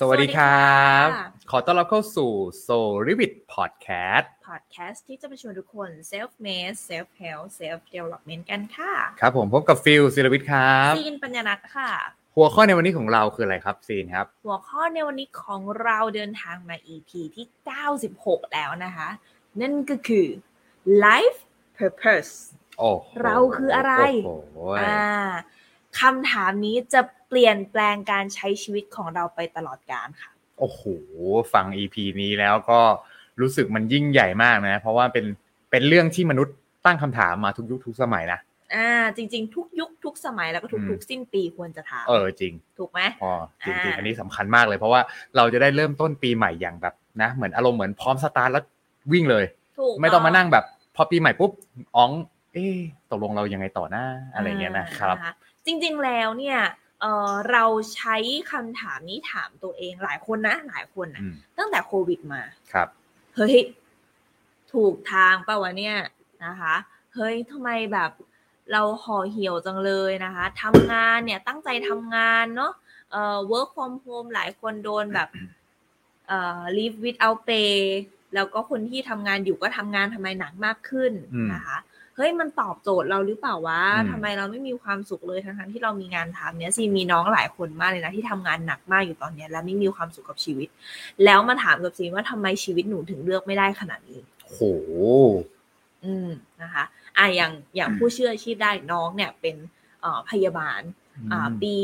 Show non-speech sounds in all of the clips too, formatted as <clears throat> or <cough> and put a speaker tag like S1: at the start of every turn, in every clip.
S1: สวัสดีครับ
S2: สวัสดีค่ะ
S1: ขอต้อนรับเข้าสู่ Soul Revit Podcast
S2: พอดแคสต์ที่จะมาชวนทุกคน self made self help self development กันค่ะ
S1: ครับผมพบกับฟิลศิลวิทย์ครับ
S2: ซีนปัญญานัทค่ะ
S1: หัวข้อในวันนี้ของเราคืออะไรครับซีนครับ
S2: หัวข้อในวันนี้ของเราเดินทางมา EP ที่ 96 แล้วนะคะ นั่นก็คือ life purpose
S1: โอ้โห
S2: เราคืออะไร
S1: โอ้โห
S2: อ่าคำถามนี้จะเปลี่ยนแปลงการใช้ชีวิตของเราไปตลอดกาลค่ะ
S1: โอ้โหฟัง EP นี้แล้วก็รู้สึกมันยิ่งใหญ่มากนะ เพราะว่าเป็นเป็นเรื่องที่มนุษย์ตั้งคำถามมาทุกยุคทุกสมัยนะ
S2: อ่า จริง ๆ ทุกยุคทุกสมัยแล้วก็ทุก
S1: อืม
S2: ทุกสิ้นปีควรจะถาม
S1: เออจริง
S2: ถูกไหม
S1: พอจริง
S2: อ่า
S1: ๆอันนี้สำคัญมากเลย เพราะว่าเราจะได้เริ่มต้นปีใหม่อย่างแบบนะ เหมือนอารมณ์เหมือนพร้อมสตาร์ทแล้ววิ่งเลย
S2: ถูก
S1: ไม่ต้องมานั่งแบบ พอปีใหม่ปุ๊บอ๋อง เอ๊ะตกลงเรายังไงต่อหน้าอะไรเงี้ยนะครับ
S2: อ่าจริงๆ แล้วเนี่ยเอ่อเราใช้คำถามนี้ถามตัวเองหลายคนนะ หลายคนนะ
S1: อืม
S2: ตั้งแต่โควิดมา
S1: ครับ
S2: เฮ้ย ถูกทางป่าวะเนี่ยนะคะ เฮ้ยทำไมแบบเราห่อเหี่ยวจังเลยนะคะทำงานเนี่ยตั้งใจทำงานเนาะเอ่อ work from home หลายคนโดนแบบเอ่อ live without pay แล้วก็คนที่ทำงานอยู่ก็ทำงานทำไมหนักมากขึ้น
S1: อืม
S2: นะคะ เฮ้ยมันตอบโจทย์เราหรือเปล่าวะ
S1: อืม
S2: ทำไมเราไม่มีความสุขเลยทั้งๆที่เรามีงานทำเนี่ยซีมีน้องหลายคนมากเลยนะที่ทำงานหนักมากอยู่ตอนเนี้ยและไม่มีความสุขกับชีวิต แล้วมาถามกับซีว่าทำไมชีวิตหนูถึงเลือกไม่ได้ขนาดนี้
S1: โห
S2: อืมนะคะอ่ะอย่างอย่างผู้เชื่ออาชีพได้น้องเนี่ยเป็นเอ่อพยาบาลอ่าปี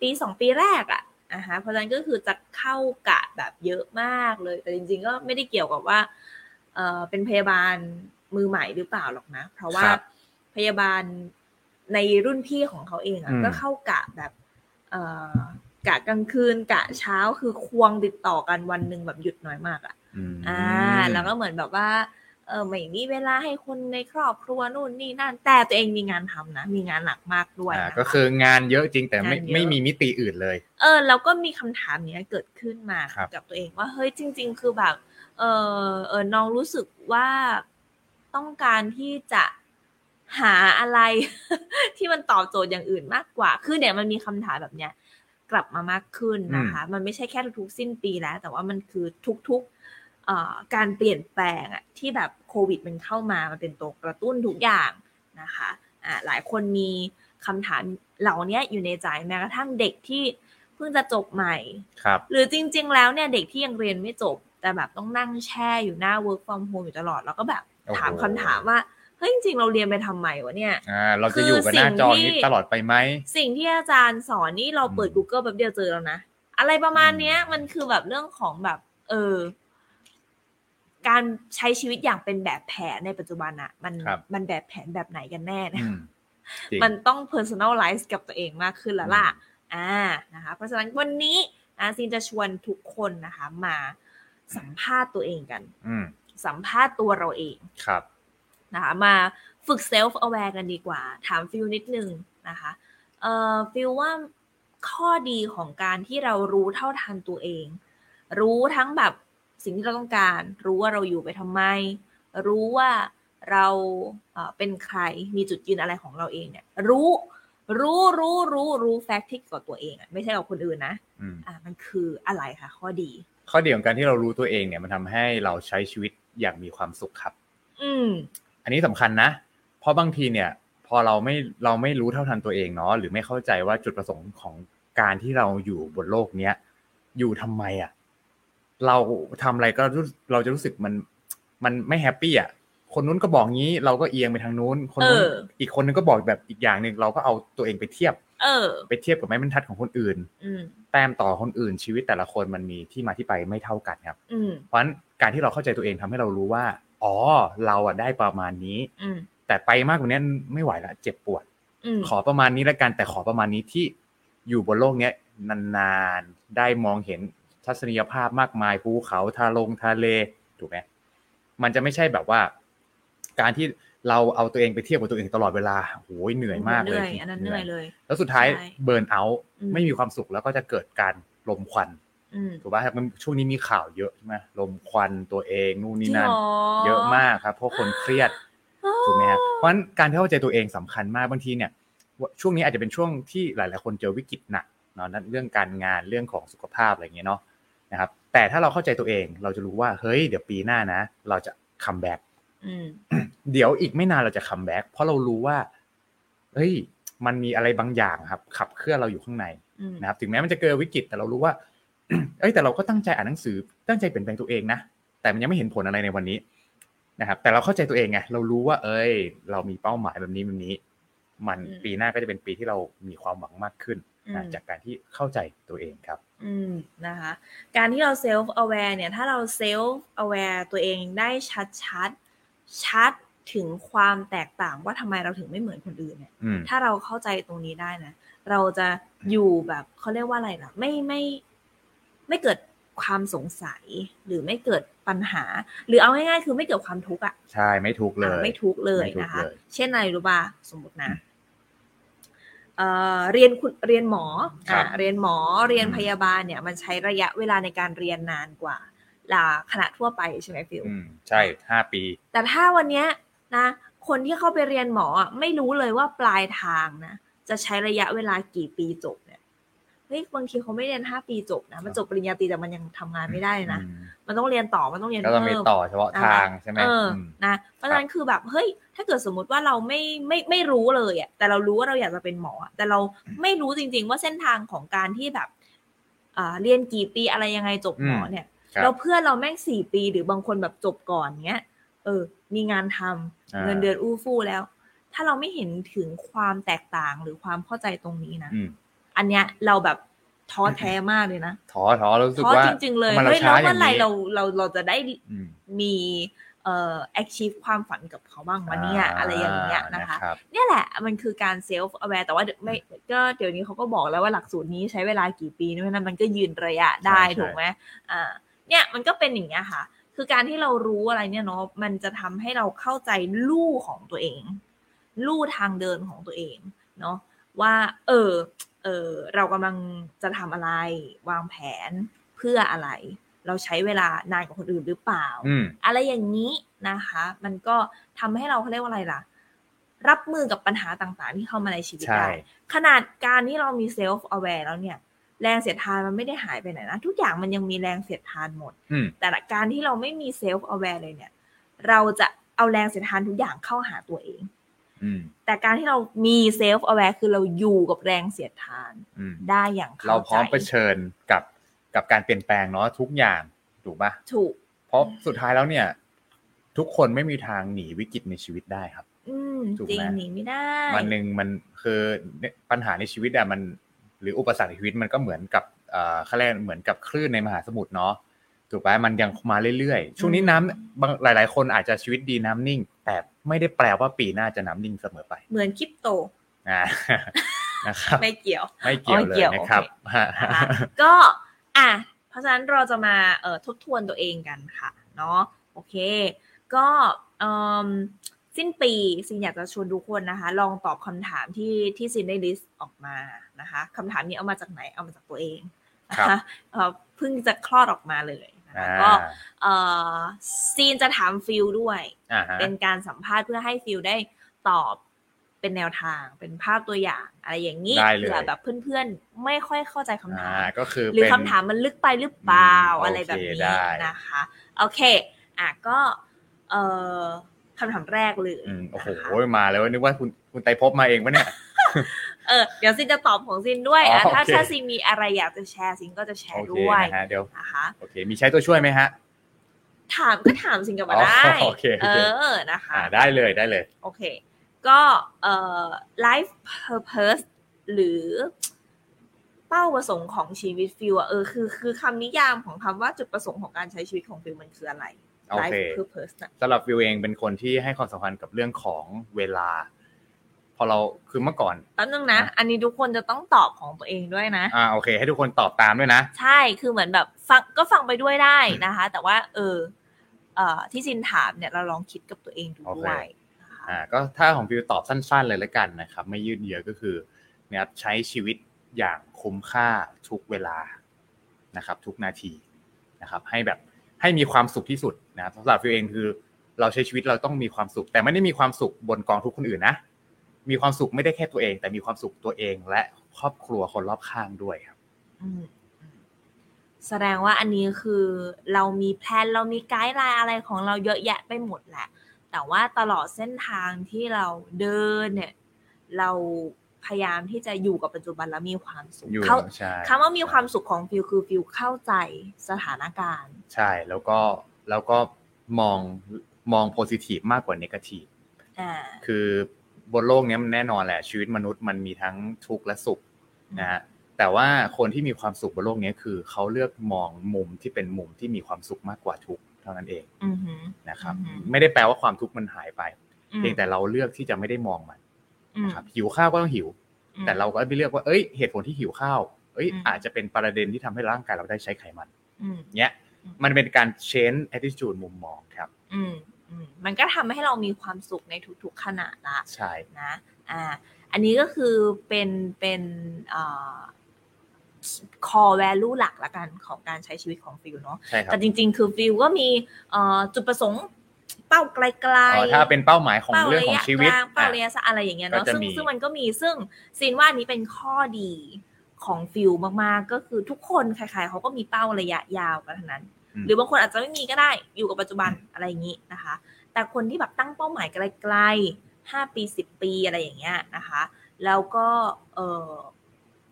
S2: ปีสองปีแรกอะนะคะเพราะฉะนั้นก็คือจะเข้ากะแบบเยอะมากเลย แต่จริงๆก็ไม่ได้เกี่ยวกับว่าเอ่อเป็นพยาบาลมือใหม่หรือเปล่าหรอกนะ เพราะว่า
S1: ครับ
S2: พยาบาลในรุ่นพี่ของเขาเองอะ
S1: อืม
S2: ก็เข้ากะแบบเอ่อกะกลางคืนกะเช้าคือควงติดต่อกันวันหนึ่งแบบหยุดน้อยมากอะ
S1: ม
S2: อ่าแล้วก็เหมือนแบบว่าเออไม่มีเวลาให้คนในครอบครัวนู่นนี่นั่น แต่ตัวเองมีงานทำนะ มีงานหนักมากด้วย
S1: อ่า
S2: นะคะ
S1: ก็คืองานเยอะจริงแต่ไม่
S2: งานเยอะ
S1: ไม่มีมิติอื่นเลย
S2: เออแล้วก็มีคำถามเนี้ยเกิดขึ้นมา
S1: ครับ
S2: กับตัวเองว่าเฮ้ยจริง ๆ คือแบบเออเออน้องรู้สึกว่าต้องการที่จะหาอะไร ที่มันตอบโจทย์อย่างอื่นมากกว่า คือเนี่ยมันมีคำถามแบบเนี้ย กลับมามากขึ้นนะคะ มันไม่ใช่แค่ทุกๆสิ้นปีแล้ว แต่ว่ามันคือทุกๆเอ่อการเปลี่ยนแปลงอะที่แบบโควิดมันเข้ามามันเป็นตัวกระตุ้นทุกอย่างนะคะอ่าหลายคนมีคำถามเหล่านี้อยู่ในใจแม้กระทั่งเด็กที่เพิ่งจะจบใหม่
S1: ครับ
S2: หรือจริง ๆ แล้วเนี่ยเด็กที่ยังเรียนไม่จบ แต่แบบต้องนั่งแช่อยู่หน้า work from home อยู่ตลอด แล้วก็แบบ
S1: โอ้โห
S2: ถามคำถามว่าเฮ้ยจริง ๆ เราเรียนไปทำไมวะเนี่ย
S1: อ่าเราจะอยู่กับหน้าจอ
S2: คือ
S1: นี้
S2: สิ่งที่
S1: ตลอดไปไหม
S2: สิ่งที่อาจารย์สอนนี่เราเปิด
S1: อืม
S2: Google แบบเดียวเจอแล้วนะ อะไรประมาณเนี้ย มันคือแบบเรื่องของแบบ เออ การใช้ชีวิตอย่างเป็นแบบแผนในปัจจุบันอะมัน
S1: ครับ
S2: มันแบบแผนแบบไหนกันแน่นะ
S1: อืมจริง
S2: <laughs> มันต้อง personalize กับตัวเองมากขึ้นแล้วล่ะ อ่า นะคะ เพราะฉะนั้นวันนี้นะซินจะชวนทุกคนนะคะ มาสัมภาษณ์ตัวเองกัน
S1: อืม
S2: สัมภาษณ์ตัวเราเอง
S1: ครับ
S2: นะคะมาฝึก self aware กันดีกว่า ถามฟิลนิดนึงนะคะเอ่อฟิลว่าข้อดีของการที่เรารู้เท่าทันตัวเอง รู้ทั้งแบบสิ่งที่เราต้องการ รู้ว่าเราอยู่ไปทำไม รู้ว่าเราเอ่อเป็นใครมีจุดยืนอะไรของเราเองเนี่ยรู้รู้รู้รู้รู้แฟกต์ที่เกี่ยวกับตัวเองอะไม่ใช่กับคนอื่นนะ
S1: อืม
S2: อ่ะมันคืออะไรคะข้อดี
S1: ข้อดีของการที่เรารู้ตัวเองเนี่ยมันทำให้เราใช้ชีวิตอย่างมีความสุขครับ
S2: อืม
S1: อันนี้สำคัญนะ เพราะบางทีเนี่ย พอเราไม่เราไม่รู้เท่าทันตัวเองเนาะหรือไม่เข้าใจว่าจุดประสงค์ของการที่เราอยู่บนโลกเนี้ยอยู่ทำไมอะ่ะ เราทำอะไรก็รู้เราจะรู้สึกมันมันไม่แฮปปี้อ่ะคนนู้นก็บอกงี้ เราก็เอียงไปทางนู้น คนนู้น
S2: เออ
S1: อีกคนนึงก็บอกแบบอีกอย่างหนึ่งเราก็เอาตัวเองไปเทียบ
S2: เออ
S1: ไปเทียบกับไม้บรรทัดของคนอื่น
S2: อืม
S1: แต้มต่อคนอื่น ชีวิตแต่ละคนมันมีที่มาที่ไปไม่เท่ากันครับ
S2: อืม
S1: เพราะฉะนั้นการที่เราเข้าใจตัวเองทำให้เรารู้ว่า อ๋อ เราอ่ะได้ประมาณนี้
S2: อืม
S1: แต่ไปมากกว่านี้ไม่ไหวละเจ็บปวด
S2: อืม
S1: ขอประมาณนี้ละกันแต่ขอประมาณนี้ที่อยู่บนโลกเนี้ยนานๆ ได้มองเห็นทัศนียภาพมากมายภูเขาทะลงทะเลถูกไหมมันจะไม่ใช่แบบว่า การที่เราเอาตัวเองไปเทียบกับตัวเองตลอดเวลาโอ้ยเหนื่อยมากเลย
S2: หนื่อันนั้นเหนื่อยเลย
S1: แล้วสุดท้าย
S2: ใช่
S1: เบิร์นเอาท์
S2: อื
S1: ไม่มีความสุขแล้วก็จะเกิดการลมควัน
S2: อืม
S1: ถูกป่ะครับมันช่วงนี้มีข่าวเยอะใช่ไหมลมควันตัวเองนู่นนี่นั่น
S2: จริงหร
S1: เยอะมากครับเพราะคนเครียด
S2: อ๋อ
S1: ถูกไหมฮะเพราะฉะนั้นการเข้าใจตัวเองสำคัญมากบางทีเนี่ยช่วงนี้อาจจะเป็นช่วงที่หลาย ๆ คนเจอวิกฤตหนักเนาะนั่นเรื่องการงานเรื่องของสุขภาพอะไรอย่างเงี้ยเนาะ นะครับ แต่ถ้าเราเข้าใจตัวเองเราจะรู้ว่า เฮ้ย เดี๋ยวปีหน้านะ เราจะคัมแบ็ก
S2: อืม
S1: เดี๋ยวอีกไม่นานเราจะคัมแบ็กเพราะเรารู้ว่า เฮ้ย มันมีอะไรบางอย่างครับ ขับเคลื่อนเราอยู่ข้างใน
S2: อืม
S1: นะครับ ถึงแม้มันจะเกิดวิกฤต แต่เรารู้ว่า <clears throat> เอ้ย แต่เราก็ตั้งใจอ่านหนังสือ ตั้งใจเปลี่ยนแปลงตัวเองนะ แต่มันยังไม่เห็นผลอะไรในวันนี้นะครับ แต่เราเข้าใจตัวเองไง เรารู้ว่า เอ้ย เรามีเป้าหมายแบบนี้แบบนี้ มัน
S2: อืม
S1: ปีหน้าก็จะเป็นปีที่เรามีความหวังมากขึ้น
S2: อื
S1: นะ
S2: ม
S1: จากการที่เข้าใจตัวเองครับ
S2: อืมนะคะการที่เราเซลฟ์ aware เนี่ย ถ้าเราเซลฟ์ aware ตัวเองได้ชัดชัดๆชัดถึงความแตกต่างว่าทำไมเราถึงไม่เหมือนคนอื่นเนี่ย
S1: อืม
S2: ถ้าเราเข้าใจตรงนี้ได้นะ เราจะอยู่แบบเขาเรียกว่าอะไรล่ะ ไม่ไม่ไม่เกิดความสงสัยหรือไม่เกิดปัญหา หรือเอาง่ายๆคือไม่เกิดความทุกข์อะ
S1: ใช่ ไม่ทุกข์เลย
S2: อ่ะไม่ทุกข์เลย
S1: ไม่ทุกข์
S2: นะคะ
S1: เลย
S2: เช่นอะไรรู้ป่ะสมมตินะเอ่อเรียนคุณเรียนหมอ
S1: ครั
S2: อ่ะ
S1: บ
S2: เรียนหมอเรียน
S1: อืม
S2: พยาบาลเนี่ย มันใช้ระยะเวลาในการเรียนนานกว่าลาขณะทั่วไปใช่ไหมฟิล
S1: อืม ใช่ห้าปี
S2: แต่ถ้าวันเนี้ยนะ คนที่เข้าไปเรียนหมออ่ะไม่รู้เลยว่าปลายทางนะจะใช้ระยะเวลากี่ปีจบเนี่ยเฮ้ยบางทีเขาไม่เรียนห้าปีจบนะมันจบปริญญาตรีแต่มันยังทำงานไม่ได้เลยนะ
S1: อืม
S2: มันต้องเรียนต่อมันต้องเรียน
S1: ก็
S2: เพิ่
S1: ต้อง
S2: ม
S1: ไปต่อเฉพาะทางใช่ไหม
S2: เอออ
S1: ม
S2: นะ เพราะฉะนั้นคือแบบ เฮ้ย ถ้าเกิดสมมติว่าเราไม่ไม่ไม่รู้เลยอ่ะ แต่เรารู้ว่าเราอยากจะเป็นหมออะแต่เราไม่รู้จริง ๆ ว่าเส้นทางของการที่แบบอ่าเรียนกี่ปีอะไรยังไงจบหมอเนี่ย
S1: ครับ
S2: เราเพื่อนเราแม่งสี่ปีหรือบางคนแบบจบก่อนเนี้ย เออ มีงานทำ
S1: อ่า
S2: เงินเดือนอู้ฟู่แล้ว ถ้าเราไม่เห็นถึงความแตกต่างหรือความเข้าใจตรงนี้นะ
S1: อืม
S2: อันเนี้ยเราแบบท้อแท้มากเลยนะ
S1: ท้อท้อรู้สึก
S2: ท้อ
S1: ว่า
S2: จริง ๆ เลย
S1: ทำไมันเรา
S2: เฮ้ย
S1: ช้า
S2: แล้ว
S1: อย่า
S2: เมื่อง ไหร่
S1: นี้
S2: เราเราเราจะได้
S1: อืม
S2: มีเอ่อ achieve ความฝันกับเขาบ้างวะเนี่ย อะไรอย่างเงี้ยนะคะ
S1: รับ
S2: เนี่ยแหละมันคือการ self aware แต่ว่าเดี๋ยวไม่ก็เดี๋ยวนี้เขาก็บอกแล้วว่าหลักสูตรนี้ใช้เวลากี่ปีเพราะฉะนั้นมันก็ยืนระยะได้ถูกไหมอ่าเนี่ยมันก็เป็นอย่างเงี้ยค่ะ คือการที่เรารู้อะไรเนี่ยเนาะมันจะทำให้เราเข้าใจลู่ของตัวเอง ลู่ทางเดินของตัวเองเนาะว่า เออเออเรากำลังจะทำอะไร วางแผนเพื่ออะไร เราใช้เวลานานกว่าคนอื่นหรือเปล่า
S1: อืม
S2: อะไรอย่างนี้นะคะ มันก็ทำให้เราเขาเรียกว่าอะไรล่ะ รับมือกับปัญหาต่างๆ ที่เข้ามาในชีวิต
S1: ใช่
S2: ได้ ขนาดการที่เรามีเซลฟ์อ w a r e แล้วเนี่ย แรงเสียดทานมันไม่ได้หายไปไหนนะ ทุกอย่างมันยังมีแรงเสียดทานหมด
S1: อืม
S2: แต่ละการที่เราไม่มีเซลฟ์อ w a r e เลยเนี่ย เราจะเอาแรงเสียดทานทุกอย่างเข้าหาตัวเอง
S1: อืม
S2: แต่การที่เรามีเซลฟ์อ w a r e คือเราอยู่กับแรงเสียดทาน
S1: อืม
S2: ได้อย่างเข้าใจ
S1: เราพร้อมเผชิญกับกับการเปลี่ยนแปลงเนาะทุกอย่างถูกปะ
S2: ถูก
S1: เพราะสุดท้ายแล้วเนี่ย ทุกคนไม่มีทางหนีวิกฤตในชีวิตได้ครับ
S2: อืม
S1: ถูกไหม
S2: จริงหนีไม่ได้
S1: วันหนึ่งมันคือปัญหาในชีวิตอะมัน หรืออุปสรรคในชีวิตมันก็เหมือนกับเอ่อเขาเรียกเหมือนกับคลื่นในมหาสมุทรเนาะถูกไหมมันยังมาเรื่อยๆ ช่วงนี้น้ำบางหลาย ๆ คนอาจจะชีวิตดีน้ำนิ่ง แต่ไม่ได้แปลว่าปีหน้าจะน้ำนิ่งเสมอไป
S2: เหมือนคริปโต
S1: อ่า <laughs> นะครับ
S2: ไม่เกี่ยว
S1: ไม่เกี่ยว
S2: อ๋อ
S1: เล
S2: เกี่
S1: ย
S2: ยว
S1: นะครับ
S2: โอ นะคะก็อ่ะเพราะฉะนั้นเราจะมาเอ่อทบทวนตัวเองกันค่ะเนาะโอเค ก็เอิ่มสิ้นปีซินอยากจะชวนทุกคนนะคะ ลองตอบคำถามที่ที่ซินได้ลิสต์ออกมานะคะคำถามนี้เอามาจากไหนเอามาจากตัวเองนะคะเอ่อเพิ่งจะคลอดออกมาเลยนะ
S1: อ่า
S2: คะก็เอ่อซีนจะถามฟิลด้วย
S1: อ่าฮะ
S2: เป็นการสัมภาษณ์เพื่อให้ฟิลได้ตอบเป็นแนวทาง เป็นภาพตัวอย่าง อะไรอย่างนี้
S1: ได้เลย
S2: เผื่อแบบเพื่อนๆ ไม่ค่อยเข้าใจคำถา
S1: อ่าม ก็คือ
S2: หรือ
S1: เป็น
S2: คำถามมันลึกไปหรือเปล่า
S1: อืม
S2: อะไรแบบ
S1: โอเคได้
S2: นี้นะคะ โอเค อ่ะก็เอ่อคำถามแรกเลย
S1: อืมโอ้โห
S2: นะคะ
S1: มาแล้วนึกว่าคุณคุณไตรภพบมาเองวะเนี่ย
S2: เออเดี๋ยวซินจะตอบของซินด้วยอ่ะ
S1: อ๋อ
S2: ถ้า
S1: โอเค
S2: ถ้าซินมีอะไรอยากจะแชร์ซินก็จะแช
S1: โอ
S2: ร์
S1: เค
S2: ด้วย
S1: นะฮะเดี๋ยว
S2: นะคะ
S1: โอเค มีใช้ตัวช่วยไหมฮะ
S2: ถามก็ถามซินกลับมาได้
S1: อ๋อโอเคโอ
S2: เอ
S1: เค
S2: อนะคะ
S1: อ่าได้เลยได้เลย
S2: โอเค ก็ เอ่อ life purpose หรือเป้าประสงค์ของชีวิตฟิวอะเออ คือ คือคำนิยามของคำว่าจุดประสงค์ของการใช้ชีวิตของฟิวมันคืออะไร
S1: โอ
S2: life
S1: เค
S2: purpose นะ
S1: สำหรับวิวเองเป็นคนที่ให้ความสำคัญกับเรื่องของเวลา พอเราคือเมื่อก่อน
S2: แป๊บนึงนะ อันนี้ทุกคนจะต้องตอบของตัวเองด้วยนะ
S1: อ่าโอเค ให้ทุกคนตอบตามด้วยนะ
S2: ใช่ คือเหมือนแบบฟัง ก็ฟังไปด้วยได้นะคะ แต่ว่า เออ เอ่อ ที่ซินถามเนี่ยเราลองคิดกับตัวเองดู
S1: โอ
S2: ด้
S1: เค
S2: วยนะคะ
S1: อ่าก็ถ้าของฟิวตอบสั้น ๆ เลยละกันนะครับ ไม่ยืดเยื้อก็คือนะครับใช้ชีวิตอย่างคุ้มค่าทุกเวลานะครับ ทุกนาทีนะครับ ให้แบบให้มีความสุขที่สุดนะครับสำหรับฟิวเองคือ เราใช้ชีวิตเราต้องมีความสุข แต่ไม่ได้มีความสุขบนกองทุกคนอื่นนะ มีความสุขไม่ได้แค่ตัวเอง แต่มีความสุขตัวเองและครอบครัวคนรอบข้างด้วยครับ
S2: อืม แสดงว่าอันนี้คือเรามีแพลนเรามีไกด์ไลน์อะไรของเราเยอะแยะไปหมดแหละ แต่ว่าตลอดเส้นทางที่เราเดินเนี่ย เราพยายามที่จะอยู่กับปัจจุบันแล้วมีความสุข
S1: อยู่
S2: เข้า
S1: ใช่
S2: คำว่ามีความสุขของฟิลคือฟิลเข้าใจสถานการณ์
S1: ใช่แล้วก็แล้วก็มองมองโพซิทีฟมากกว่าเนกาทีฟ
S2: อ่า
S1: คือบนโลกเนี้ยมันแน่นอนแหละชีวิตมนุษย์มันมีทั้งทุกข์และสุขนะฮะแต่ว่าคนที่มีความสุขบนโลกเนี้ยคือเขาเลือกมองมุมที่เป็นมุมที่มีความสุขมากกว่าทุกข์เท่านั้นเอง
S2: อือหือ
S1: นะครับ
S2: อืม
S1: ไม่ได้แปลว่าความทุกข์มันหายไป
S2: อืม
S1: เพียงแต่เราเลือกที่จะไม่ได้มองมัน
S2: อืม
S1: นะครับหิวข้าวก็ต้องหิว
S2: อืม
S1: แต่เราก็ไม่เลือกว่าเอ้ยเหตุผลที่หิวข้าวเอ้ย
S2: อืม
S1: อาจจะเป็นประเด็นที่ทำให้ร่างกายเราได้ใช้ไขมัน
S2: อืม
S1: เนี้ย
S2: อืม
S1: มันเป็นการ change attitude มุมมองครับ
S2: อืมอืมมันก็ทำให้เรามีความสุขในทุกๆขณะละ
S1: ใช่
S2: นะอ่าอันนี้ก็คือเป็นเป็นเอ่อ core value หลักละกันของการใช้ชีวิตของฟิลเนาะ
S1: ใช่ครับ
S2: แต่จริง ๆ คือฟิลก็มีเอ่อจุดประสงค์เป้าไกล
S1: อ๋อ
S2: ๆ
S1: ถ้าเป็นเป้าหมายของ
S2: เป้า
S1: เรื่อง
S2: ระ
S1: ของ
S2: ยะ
S1: ชีวิต
S2: กลางเป้า
S1: อ่ะ
S2: ระยะสั้นอะไรอย่างเงี้ยเนาะ
S1: ก็จะ
S2: ซึ่ง
S1: มี
S2: ซึ่งมันก็มีซึ่งซีนว่าอันนี้เป็นข้อดีของฟิลมากๆ ก็คือทุกคนใครๆเขาก็มีเป้าระยะยาวกันทั้งนั้น
S1: ม
S2: หรือบางคนอาจจะไม่มีก็ได้อยู่กับปัจจุบันอะไรอย่างนี้นะคะ แต่คนที่แบบตั้งเป้าหมายไกลๆ5ปี 10 ปีอะไรอย่างเงี้ยนะคะ แล้วก็เออ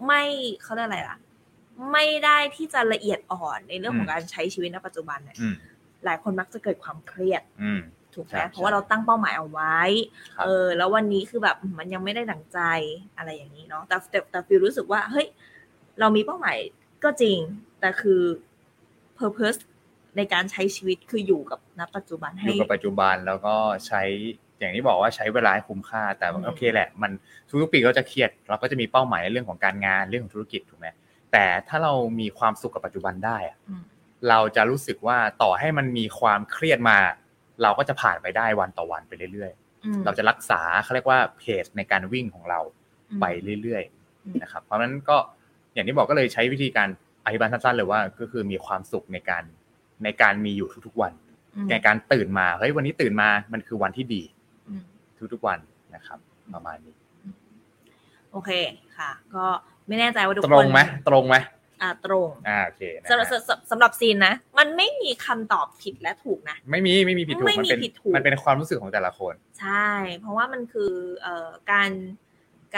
S2: ไม่เขาเรียกอะไรล่ะ ไม่ได้ที่จะละเอียดอ่อนในเรื่องของ
S1: อืม
S2: การใช้ชีวิตในปัจจุบันเนี่ย
S1: อืม
S2: หลายคนมักจะเกิดความเครียด
S1: อืม
S2: ถูกไห
S1: ใช่
S2: ม
S1: ใช่
S2: เพราะว่าเราตั้งเป้าหมายเอาไว้
S1: ครับ
S2: เออแล้ววันนี้คือแบบมันยังไม่ได้ดังใจอะไรอย่างนี้เนาะแต่แต่แต่ฟิลรู้สึกว่าเฮ้ยเรามีเป้าหมายก็จริง แต่คือ purpose ในการใช้ชีวิตคืออยู่กับณปัจจุบัน
S1: อ
S2: ให้
S1: ยู่กับปัจจุบันแล้วก็ใช้อย่างที่บอกว่าใช้เวลาให้คุ้มค่าแต่ว่า
S2: อืม
S1: โอเคแหละ มันทุกๆปีก็จะเครียดเราก็จะมีเป้าหมายในเรื่องของการงานเรื่องของธุรกิจถูกไหมแต่ถ้าเรามีความสุขกับปัจจุบันได้อะ
S2: อืม
S1: เราจะรู้สึกว่าต่อให้มันมีความเครียดมา เราก็จะผ่านไปได้วันต่อวันไปเรื่อย
S2: อืม
S1: ๆ เราจะรักษาเขาเรียกว่าเพจในการวิ่งของเราไปเรื่อย
S2: อืม
S1: ๆนะครับเพราะฉะนั้นก็อย่างที่บอกก็เลยใช้วิธีการอธิบายสั้นๆเลยว่าก็คือมีความสุขในการในการมีอยู่ทุกๆวัน
S2: อืม
S1: ในการตื่นมา เฮ้ย วันนี้ตื่นมา มันคือวันที่ดี
S2: อืม
S1: ทุกๆวันนะครับ ประมาณนี้
S2: โอเคค่ะ ก็ไม่แน่ใจว่าทุก
S1: ต
S2: คน
S1: รงไหมตรงไหม
S2: อ่าตรง
S1: อ่าโอเคนะ
S2: สำหรับ
S1: ฮะ
S2: สำสำหรับซีนนะ มันไม่มีคำตอบผิดและถูกนะ
S1: ไม่มีไม่มีผิดถูก
S2: ไม่มี
S1: มันเป็น
S2: ผิดถูก
S1: มันเป็นความรู้สึกของแต่ละคน
S2: ใช่ เพราะว่ามันคือเอ่อการ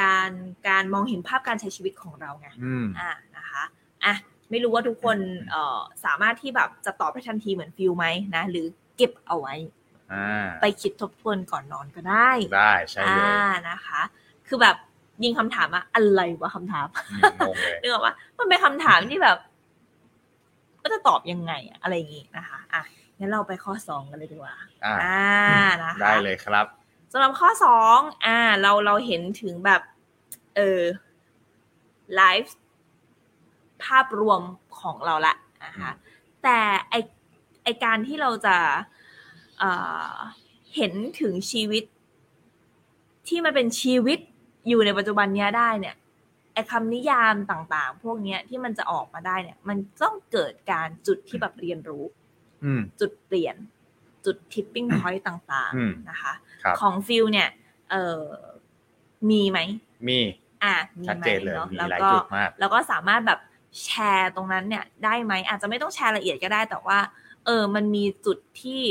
S2: การการมองเห็นภาพการใช้ชีวิตของเราไง
S1: อืม
S2: อ่านะคะอ่ะไม่รู้ว่าทุกคนเอ่อสามารถที่แบบจะตอบได้ทันทีเหมือนฟิลไหมนะ หรือเก็บเอาไว้
S1: อ่า
S2: ไปคิดทบทวนก่อนนอนก็ได้
S1: ได้ใช่เล
S2: อ่าย นะคะ คือแบบยิงคำถามอะอะไรวะคำ
S1: <laughs>
S2: ถาม
S1: อืมงงเลย
S2: นึกออกว่ามันเป็นคำถามที่แบบก็จะตอบยังไงอะอะไรอย่างงี้นะคะ อ่ะงั้นเราไปข้อสองกันเลยดีกว่า
S1: อ่า
S2: อ่านะคะ
S1: ได้เลยครับ
S2: สำหรับข้อสองอ่า เราเราเห็นถึงแบบ เออไลฟ์ภาพรวมของเราละนะคะแต่ไอไอการที่เราจะเอ่อเห็นถึงชีวิต ที่มันเป็นชีวิตอยู่ในปัจจุบันเนี้ยได้เนี่ยไอคำนิยามต่างๆ พวกเนี้ยที่มันจะออกมาได้เนี่ย มันต้องเกิดการจุดที่แบบเรียนรู้
S1: อืม
S2: จุดเปลี่ยน จุดทิปปิ้งพอยต์ต่าง
S1: อืม
S2: ๆนะคะ
S1: ครับ
S2: ของฟิลเนี่ย เออมีไหม
S1: มี
S2: อ่ะมี
S1: ชัด
S2: ไหม
S1: เจนเลย
S2: เนาะ
S1: มี
S2: แล้ว
S1: หลาย
S2: ก็
S1: จุดมาก
S2: แล้วก็สามารถแบบแชร์ตรงนั้นเนี่ย ได้ไหมอาจจะไม่ต้องแชร์ละเอียดก็ได้ แต่ว่า เออ มันมีจุดที่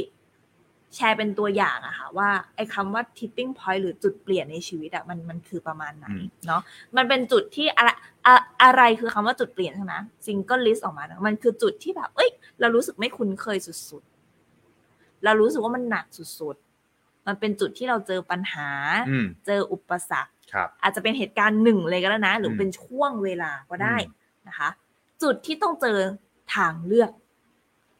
S2: แชร์เป็นตัวอย่างอะค่ะ ว่าไอ้คำว่า tipping point หรือจุดเปลี่ยนในชีวิตอะมันมันคือประมาณไหน
S1: อืม
S2: เนาะมันเป็นจุดที่อะไรอะอะไรคือคำว่าจุดเปลี่ยนใช่ไหมซิงเกิลลิสต์ออกมานะมันคือจุดที่แบบ เอ้ย เรารู้สึกไม่คุ้นเคยสุดๆ เรารู้สึกว่ามันหนักสุดๆ มันเป็นจุดที่เราเจอปัญหา
S1: อืม
S2: เจออุปสรรค
S1: ครับ
S2: อาจจะเป็นเหตุการณ์หนึ่งเลยก็แล้วนะ หรืออ
S1: ม
S2: เป็นช่วงเวลาก็ได้
S1: อืม
S2: นะคะ จุดที่ต้องเจอทางเลือก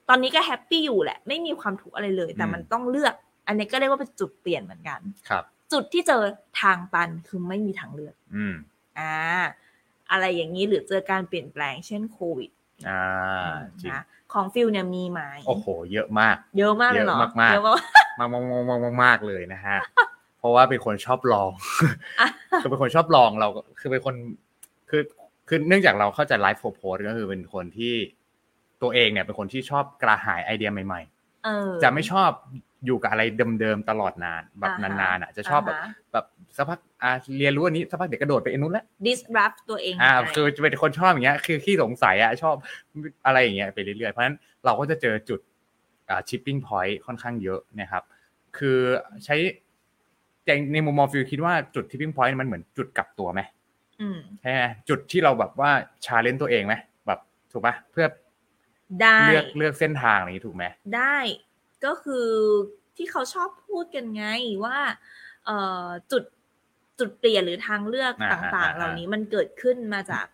S2: ตอนนี้ก็แฮปปี้อยู่แหละ ไม่มีความทุกข์อะไรเลย แต่มันต้องเลือก อันนี้ก็เรียกว่าเป็นจุดเปลี่ยนเหมือนกัน
S1: ครับ
S2: จุดที่เจอทางตันคือไม่มีทางเลือก
S1: อืม
S2: อ่าอะไรอย่างนี้หรือเจอการเปลี่ยนแปลงเช่นโควิด
S1: อ่า จริง
S2: นะของฟิลเนี่ยมีไหม
S1: โอ้โห เยอะมาก
S2: เยอะมากเลยเหรอ
S1: เยอะมากๆ
S2: เยอะมาก
S1: มากมากมากมากมากมากเลยนะฮะ เพราะว่าเป็นคนชอบลอง
S2: อ่ะ
S1: คือเป็นคนชอบลองเราก็คือเป็นคนคือคือเนื่องจากเราเข้าใจไลฟ์โพสก็คือเป็นคนที่ตัวเองเนี่ยเป็นคนที่ชอบกระหายไอเดียใหม่
S2: เออ
S1: ๆ จะไม่ชอบอยู่กับอะไรเดิมๆตลอดนานแบบ
S2: อ่าฮะ
S1: นานๆอ่ะจะชอบแบบ
S2: อ่าฮะ
S1: แบบ สักพักอ่าเรียนรู้อันนี้สักพักเดี๋ยวกระโดดไปอันนู้นละ
S2: disrupt ตัวเอง
S1: อ่า
S2: ไป
S1: คือจะเป็นคนชอบอย่างเงี้ย คือขี้สงสัยอ่ะชอบอะไรอย่างเงี้ยไปเรื่อยๆ เพราะฉะนั้นเราก็จะเจอจุดอ่าชิปปิ้งพอยต์ค่อนข้างเยอะนะครับ คือใช้แต่ในมุมมองฟิวคิดว่าจุดทิปปิ้งพอยต์มันเหมือนจุดกลับตัวไหม
S2: อืม
S1: ใช่ไหมจุดที่เราแบบว่าชาเลนจ์ตัวเองไหมแบบถูกปะเพื่อ
S2: ได้
S1: เลือกเลือกเส้นทางอะไรอย่างงี้ถูกไหม
S2: ได้ก็คือที่เขาชอบพูดกันไงว่าเอ่อจุดจุดเปลี่ยนหรือทางเลือกต่างๆ เหล่านี้มันเกิดขึ้นมาจาก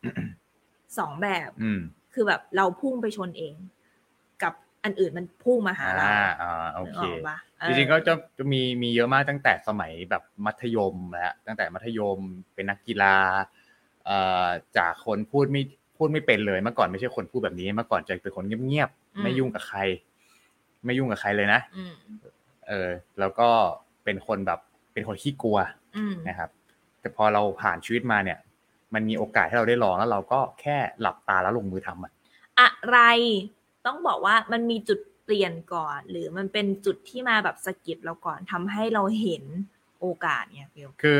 S2: สองแบบ
S1: อืม
S2: คือแบบเราพุ่งไปชนเอง กับอันอื่นมันพุ่งมาหา
S1: อ่า
S2: เรา
S1: อ่าโอ
S2: นึก
S1: เค
S2: ออกปะเออ
S1: จริงๆก็จะมีมีเยอะมากตั้งแต่สมัยแบบมัธยมนะฮะตั้งแต่มัธยมเป็นนักกีฬาเอ่อจากคนพูดไม่พูดไม่เป็นเลยเมื่อก่อนไม่ใช่คนพูดแบบนี้เมื่อก่อนจะเป็นคนเงียบๆไม่ยุ่งกับใคร ไม่ยุ่งกับใครเลยนะ
S2: อืม
S1: เออ แล้วก็เป็นคนแบบเป็นคนขี้กลัว
S2: อืม
S1: นะครับ แต่พอเราผ่านชีวิตมาเนี่ย มันมีโอกาสให้เราได้ลองแล้วเราก็แค่หลับตาแล้วลงมือทำมัน
S2: อะไรต้องบอกว่ามันมีจุดเปลี่ยนก่อน หรือมันเป็นจุดที่มาแบบสะกิดเราก่อนทำให้เราเห็นโอกาสเนี่ยฟิล
S1: คือ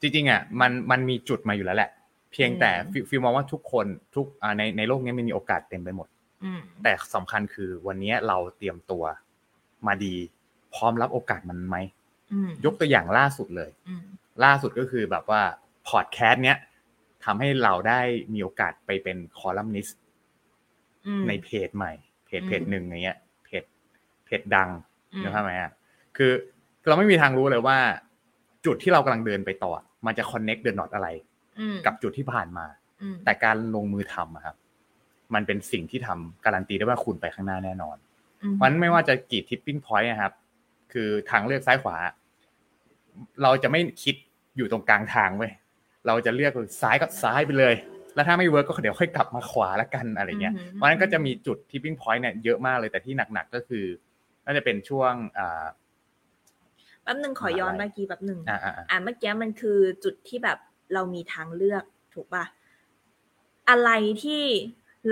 S1: จริงๆอ่ะมันมันมีจุดมาอยู่แล้วแหละ เพียงแต่
S2: อืม
S1: ฟิลฟิลมองว่าทุกคนทุกอ่าในในโลกนี้มันมีโอกาสเต็มไปหมด
S2: อืม
S1: แต่สำคัญคือวันนี้เราเตรียมตัวมาดี พร้อมรับโอกาสมันไหม
S2: อืม
S1: ยกตัวอย่างล่าสุดเลย
S2: อืม
S1: ล่าสุดก็คือแบบว่าพอดแคสต์เนี้ยทำให้เราได้มีโอกาสไปเป็นคอลัมนิสต์
S2: อืม
S1: ในเพจใหม่ เพจ
S2: อืม
S1: เพจหนึ่งอย่างเงี้ยเพจเพจดัง
S2: อืม
S1: นะครับไหมอ่ะคือเราไม่มีทางรู้เลยว่า จุดที่เรากำลังเดินไปต่อ มันจะคอนเน็กเดินนอตอะไร
S2: อืม
S1: กับจุดที่ผ่านมา
S2: อืม
S1: แต่การลงมือทำอะครับ มันเป็นสิ่งที่ทำการันตีได้ว่าคุณไปข้างหน้าแน่นอน
S2: อื
S1: เพราะฉะนั้นไม่ว่าจะกี่ทิปปิ้งพอยต์นะครับ คือทางเลือกซ้ายขวา เราจะไม่คิดอยู่ตรงกลางทางเว้ยเราจะเลือกซ้ายก็ซ้ายไปเลย แล้วถ้าไม่เวิร์กก็เดี๋ยวค่อยกลับมาขวาละกันอะไรเงี้ย
S2: ม
S1: เพราะฉะนั้นก็จะมีจุดทิปปิ้งพอยต์เนี่ยเยอะมากเลยแต่ที่หนักๆก็คือน่าจะเป็นช่วงอ่า
S2: แป๊บหนึ่งขอย้อน
S1: อะไร
S2: เมื่อกี้แป๊บหนึ่ง
S1: อ่าอ่าอ่า
S2: อ่ะเมื่อกี้มันคือจุดที่แบบเรามีทางเลือกถูกป่ะ อะไรที่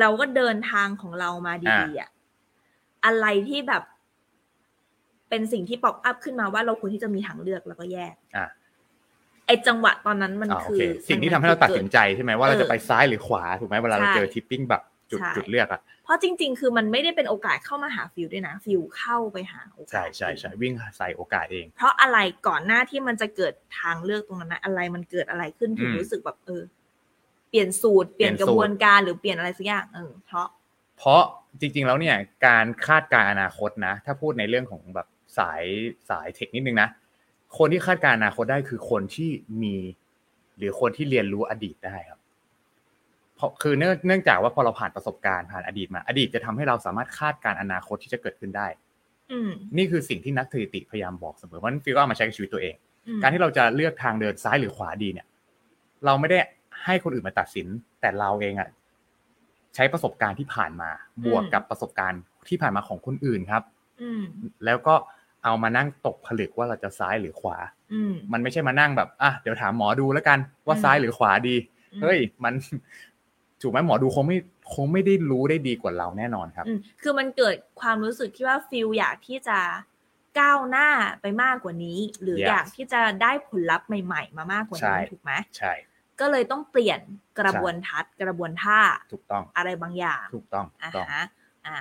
S2: เราก็เดินทางของเรามาดีๆอ่ะอะไรที่แบบ เป็นสิ่งที่ป๊อปอัพขึ้นมาว่าเราควรที่จะมีทางเลือกแล้วก็แยก
S1: อ่า
S2: ไอจังหวะตอนนั้นมัน
S1: อ่าโอ
S2: คือ
S1: เค สิ่งที่ทำให้เราตัดสินใจใช่ไหมว่าเราจะไปซ้ายหรือขวาถูกไหมเวลาเราเจอทิปปิ้งแบบจุดจุดเลือกอะ
S2: เพราะจริง ๆ คือมันไม่ได้เป็นโอกาสเข้ามาหาฟิลด้วยนะ ฟิลเข้าไปหาโอกาส
S1: ใช่ใช่ใช่วิ่งใส่โอกาสเอง
S2: เพราะอะไรก่อนหน้าที่มันจะเกิดทางเลือกตรงนั้นนะอะไรมันเกิดอะไรขึ้นถึง
S1: อืม
S2: รู้สึกแบบเออ เปลี่ยนสูตรเปลี่ยน
S1: เปลี่ย
S2: ก
S1: นสู
S2: ระ
S1: ตร
S2: บวนการหรือเปลี่ยนอะไรสักอย่างเออเพราะ
S1: เพราะจริงๆ แล้วเนี่ยการคาดการณ์อนาคตนะ ถ้าพูดในเรื่องของแบบสายสายเทคนิดนึงนะ คนที่คาดการณ์อนาคตได้คือคนที่มี หรือคนที่เรียนรู้อดีตได้ครับ เพราะคือเนื่องเนื่องจากว่าพอเราผ่านประสบการณ์ผ่านอดีตมา อดีตจะทำให้เราสามารถคาดการณ์อนาคตที่จะเกิดขึ้นได้
S2: อืม
S1: นี่คือสิ่งที่นักสถิติพยายามบอกเสมอเพราะฉะนั้นฟิลก็เอามาใช้กับชีวิตตัวเอง
S2: อืม
S1: การที่เราจะเลือกทางเดินซ้ายหรือขวาดีเนี่ย เราไม่ได้ให้คนอื่นมาตัดสิน แต่เราเองอะใช้ประสบการณ์ที่ผ่านมา บวกกับประสบการณ์ที่ผ่านมาของคนอื่นครับ
S2: อืม
S1: แล้วก็เอามานั่งตกผลึกว่าเราจะซ้ายหรือขวา
S2: อืม
S1: มันไม่ใช่มานั่งแบบอ่ะเดี๋ยวถามหมอดูแล้วกันว่า
S2: อืม
S1: ซ้ายหรือขวาดี
S2: อืม
S1: เฮ้ย มัน ถูกไหมหมอดูคงไม่คงไม่ได้รู้ได้ดีกว่าเราแน่นอนครับ
S2: อืมคือมันเกิดความรู้สึกที่ว่าฟิลอยากที่จะก้าวหน้าไปมากกว่านี้ หรือ
S1: Yes
S2: อยากที่จะได้ผลลัพธ์ใหม่ ๆ มามากกว่า
S1: ใช่
S2: นี้ถูกไหม
S1: ใช่
S2: ก็เลยต้องเปลี่ยนกระบวนทัศน์ กระบวนท่า
S1: ถูกต้อง
S2: อะไรบางอย่าง
S1: ถูกต้องถู
S2: อ่าก
S1: ต้อง
S2: ฮะอ่า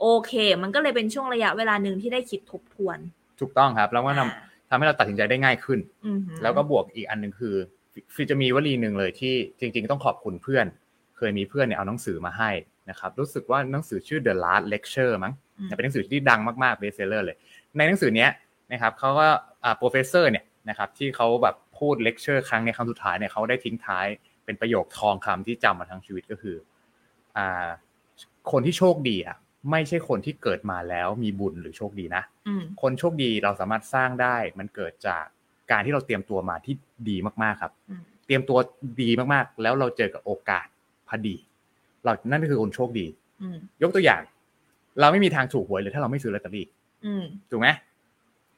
S2: โอเค มันก็เลยเป็นช่วงระยะเวลาหนึ่งที่ได้คิดทบทวน
S1: ถูกต้องครับ แล้วก็นำ
S2: อ่า
S1: ทำให้เราตัดสินใจได้ง่ายขึ้น
S2: อือหือ
S1: แล้วก็บวกอีกอันหนึ่งคือฟิวจะมีวลีหนึ่งเลยที่จริง ๆ ต้องขอบคุณเพื่อน เคยมีเพื่อนเนี่ยเอาหนังสือมาให้นะครับ รู้สึกว่าหนังสือชื่อ The Last Lecture มั้ง
S2: อืม
S1: เป็นหนังสือที่ดังมากๆ best seller เลย ในหนังสือเนี้ยนะครับเขาก็อ่า professor เนี่ยนะครับที่เขาแบบพูด lecture ครั้งในยครั้งสุดท้ายเนี่ยเขาได้ทิ้งท้ายเป็นประโยคทองคำที่จำมาทั้งชีวิตก็คืออ่าคนที่โชคดีอ่ะไม่ใช่คนที่เกิดมาแล้วมีบุญหรือโชคดีนะ
S2: อืม
S1: คนโชคดีเราสามารถสร้างได้ มันเกิดจากการที่เราเตรียมตัวมาที่ดีมากๆครับ
S2: อืม
S1: เตรียมตัวดีมากๆ แล้วเราเจอกับโอกาสพอดี เรานั่นก็คือคนโชคดี
S2: อืม
S1: ยกตัวอย่าง เราไม่มีทางถูกหวยเลยถ้าเราไม่ซื้อลอตเตอรี่
S2: อืม
S1: ถูกไหม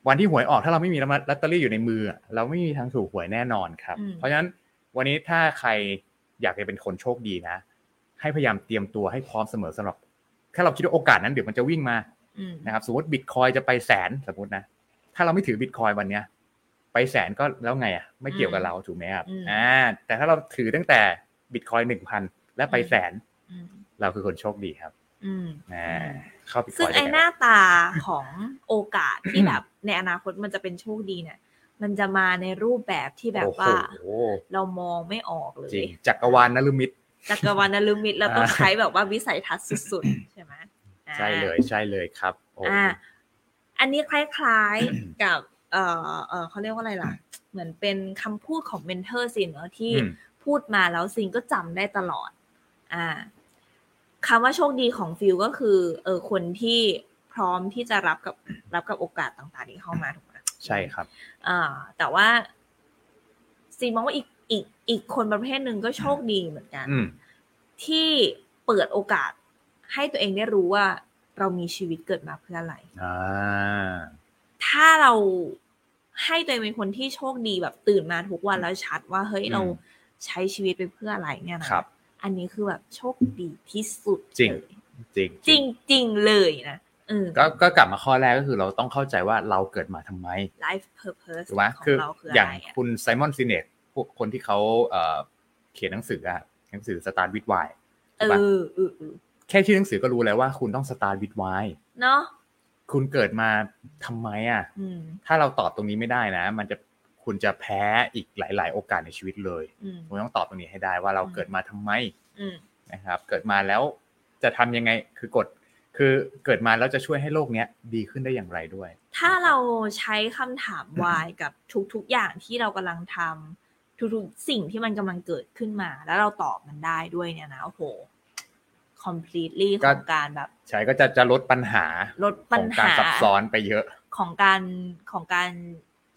S1: วันที่หวยออกถ้าเราไม่มีลอตเตอรี่อยู่ในมือ เราไม่มีทางถูกหวยแน่นอนครับ เพราะฉะนั้นวันนี้ถ้าใครอยากจะเป็นคนโชคดีนะ ให้พยายามเตรียมตัวให้พร้อมเสมอสำหรับถ้าเราคิดว่าโอกาสนั้นเดี๋ยวมันจะวิ่งมา
S2: อืม
S1: นะครับสมมติบิตคอยจะไปแสนสมมตินะ ถ้าเราไม่ถือบิตคอยวันเนี้ย ไปแสนก็แล้วไงอ่ะ ไม่เกี่ยวกับเราถูกไหมครับ
S2: อืม
S1: อ่าแต่ถ้าเราถือตั้งแต่บิตคอยหนึ่งพันและไปแสน
S2: อืม
S1: เราคือคนโชคดีครับ
S2: อืม
S1: อ่าเข้าบิตค
S2: ซึ่ง
S1: อย
S2: ไอ
S1: ได้
S2: ห
S1: ไง
S2: น้าว
S1: ะ
S2: ตาของโอกาสที่แบบ ในอนาคตมันจะเป็นโชคดีเนี่ย มันจะมาในรูปแบบที่แบบว่า
S1: โอ้โห
S2: เรามองไม่ออกเล
S1: จริ
S2: ย
S1: งจักรวาลนลุมิต
S2: จักรวาลนลุมิตเราต้อง
S1: อ่า
S2: ใช้แบบว่าวิสัยทัศน์สุดๆ ใช่ไหมอ่า
S1: ใช่เลยใช่เลยครับโอ้
S2: อ่า อันนี้คล้าย
S1: <coughs>
S2: ๆ กับ เออเออเขาเรียกว่าอะไรล่ะ เหมือนเป็นคำพูดของเมนเทอร์สินเนอะที่
S1: อืม
S2: พูดมาแล้วซินก็จำได้ตลอด อ่าคำว่าโชคดีของฟิลก็คือ เออคนที่พร้อมที่จะรับกับรับกับโอกาสต่างๆที่เข้ามาถูกไหม
S1: ใช่ครับ
S2: อ่า แต่ว่าซีมองว่าอีกอีกอีกคนประเภทหนึ่งก็โชคดีเหมือนกัน
S1: อืม
S2: ที่เปิดโอกาสให้ตัวเองได้รู้ว่าเรามีชีวิตเกิดมาเพื่ออะไร
S1: อ่า
S2: ถ้าเราให้ตัวเองเป็นคนที่โชคดีแบบตื่นมาทุกวันแล้วชัดว่าเฮ้ย
S1: อืม
S2: เราใช้ชีวิตไปเพื่ออะไรเนี่ยนะครับ อันนี้คือแบบโชคดีที่สุด
S1: จริง
S2: เลย
S1: จริง
S2: จริงจริงเลยนะเออ
S1: ก็ก็กลับมาข้อแรกก็คือเราต้องเข้าใจว่าเราเกิดมาทำไม
S2: life purpose
S1: ถูกไหม
S2: ของ
S1: คือ
S2: เราคือ
S1: อ
S2: อะ
S1: ย่าง
S2: ไรอะ
S1: คุณไซมอนซิเนตพวกคนที่เขาเอ่อเขียนหนังสืออะหนังสือสตาร์วิดไว
S2: เออเออเออ
S1: แค่ชื่อหนังสือก็รู้แล้วว่าคุณต้องสตาร์วิดไว
S2: เนาะ
S1: คุณเกิดมาทำไมอ่ะ
S2: อืม
S1: ถ้าเราตอบตรงนี้ไม่ได้นะ มันจะคุณจะแพ้อีกหลาย ๆ โอกาสในชีวิตเลย
S2: อืม
S1: คุณต้องตอบตรงนี้ให้ได้ว่าเรา
S2: อืม
S1: เกิดมาทำไม
S2: อืม
S1: นะครับ เกิดมาแล้วจะทำยังไงคือกฎคือเกิดมาแล้วจะช่วยให้โลกเนี้ยดีขึ้นได้อย่างไรด้วย
S2: ถ้าเราใช้คำถาม why กับทุกๆอย่างที่เรากำลังทำทุกๆสิ่งที่มันกำลังเกิดขึ้นมา แล้วเราตอบมันได้ด้วยเนี่ยนะโอ้โห completely
S1: ก็
S2: ของการแบบ
S1: ใช่ก็จะจะลดปัญหา
S2: ลดปัญ
S1: ของการ
S2: หา
S1: ซับซ้อนไปเยอะ
S2: ของการของการ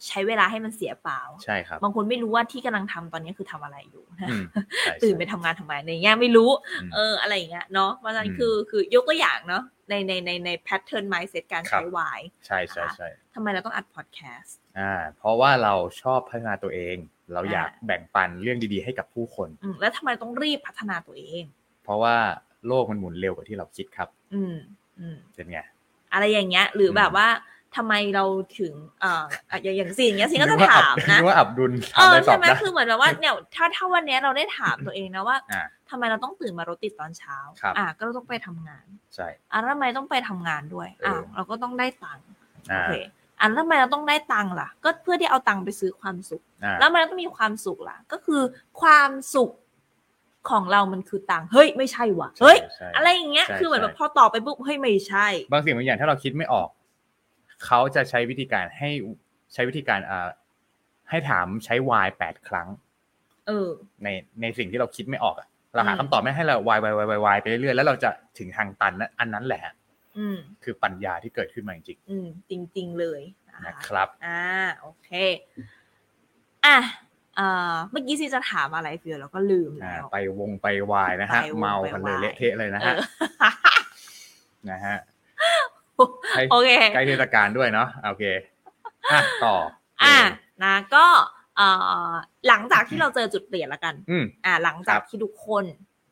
S2: ใช้เวลาให้มันเสียเปล่า
S1: ใช่ครับ
S2: บางคนไม่รู้ว่าที่กำลังทำตอนนี้คือทำอะไร
S1: <laughs>
S2: อยู่นะ
S1: อืมใช่
S2: ตื่นไป
S1: ใช่
S2: ทำงานทำไมในเงี้ยไม่รู้
S1: อืม
S2: เอออะไรอย่างเงี้ยเนาะเพราะฉะนั้น
S1: อืม
S2: คือคือยกตัวอย่างเนาะในในในในแพทเทิร์นไมซ์เซตการ
S1: ครับ
S2: ใช้วาย
S1: ใช่ใช่ใช่
S2: ทำไมเราต้องอัดพอดแคสต์
S1: อ่าเพราะว่าเราชอบพัฒนาตัวเอง เราอยาก
S2: อ่า
S1: แบ่งปันเรื่องดีๆให้กับผู้คน
S2: อืมแล้วทำไมเราต้องรีบพัฒนาตัวเอง
S1: เพราะว่าโลกมันหมุนเร็วกว่าที่เราคิดครับ
S2: อืมอืม
S1: เป็นไง
S2: อะไรอย่างเงี้ย หรืออ
S1: ม
S2: แบบว่าทำไมเราถึงเอ่ออ่ะอย่างอย่างซีนอย่างเงี้ยซีนก็จะ
S1: นึว่
S2: ถามนะ
S1: นึกว่าอับดุล
S2: เอ
S1: ถามได้
S2: อ
S1: ต
S2: ใช่
S1: อบ
S2: ไหม
S1: ได้
S2: คือเหมือนแบบ
S1: <laughs>
S2: ว่าเนี่ยถ้าถ้าวันเนี้ยเราได้ถามตัวเองนะว่า
S1: อ่า
S2: ทำไมเราต้องตื่นมารถติดตอนเช้า
S1: ครับ
S2: อ่าก็ต้องไปทำงาน
S1: ใช่
S2: อ่ะแล้วทำไมต้องไปทำงานด้วยอ่า
S1: เออ
S2: เราก็ต้องได้ตังค์โอ
S1: อ่า
S2: เคอ่ะแล้วทำไมเราต้องได้ตังค์ล่ะ ก็เพื่อที่เอาตังค์ไปซื้อความสุข
S1: อ่า
S2: แล้วมันต้องมีความสุขล่ะ ก็คือความสุขของเรามันคือตังค์เฮ้ยไม่ใช่ว่ะเฮ้ย
S1: ใช่
S2: อะไรอย่างเงี้ย
S1: ใช่
S2: คือเหมือน
S1: ใช่
S2: แบบพอตอบไปปุ๊บเฮ้ยไม่ใช่
S1: บางสิ่งบางอย่างถ้าเราคิดไม่ออก เขาจะใช้วิธีการให้ใช้วิธีการอ่าให้ถามใช้ why แปดครั้ง
S2: เออ
S1: ในในสิ่งที่เราคิดไม่ออกอะเราหา
S2: อืม
S1: คำตอบไม่ให้เรา why why why why why ไปเรื่อยๆแล้วเราจะถึงทางตันนั้นอันนั้นแหละฮะ
S2: อืม
S1: คือปัญญาที่เกิดขึ้นมาจริง
S2: อืมจริง ๆ เลย
S1: ๆ
S2: นะ
S1: นะคะ ครับ
S2: อ่าโอเค อ่ะเอ่อเมื่อกี้ซีจะถามอะไรฟิวแล้วก็ลืม
S1: อ่า
S2: แล้ว
S1: ไปวงไปวายนะฮะ
S2: ไปวง
S1: เมากันเลย
S2: ไปวาย
S1: เละเทะเลยนะ
S2: เอ
S1: ฮะ
S2: อ
S1: นะฮะใ
S2: โอเค
S1: กล้เทศกาลด้วยเนาะโอเคอ่ะต่อ
S2: อ่ะ
S1: เ
S2: นะก็เอ่อหลังจากที่เราเจอจุดเปลี่ยนละกัน
S1: อืม
S2: อ่าหลังจา
S1: ค
S2: ก
S1: รับ
S2: ที่ทุกคน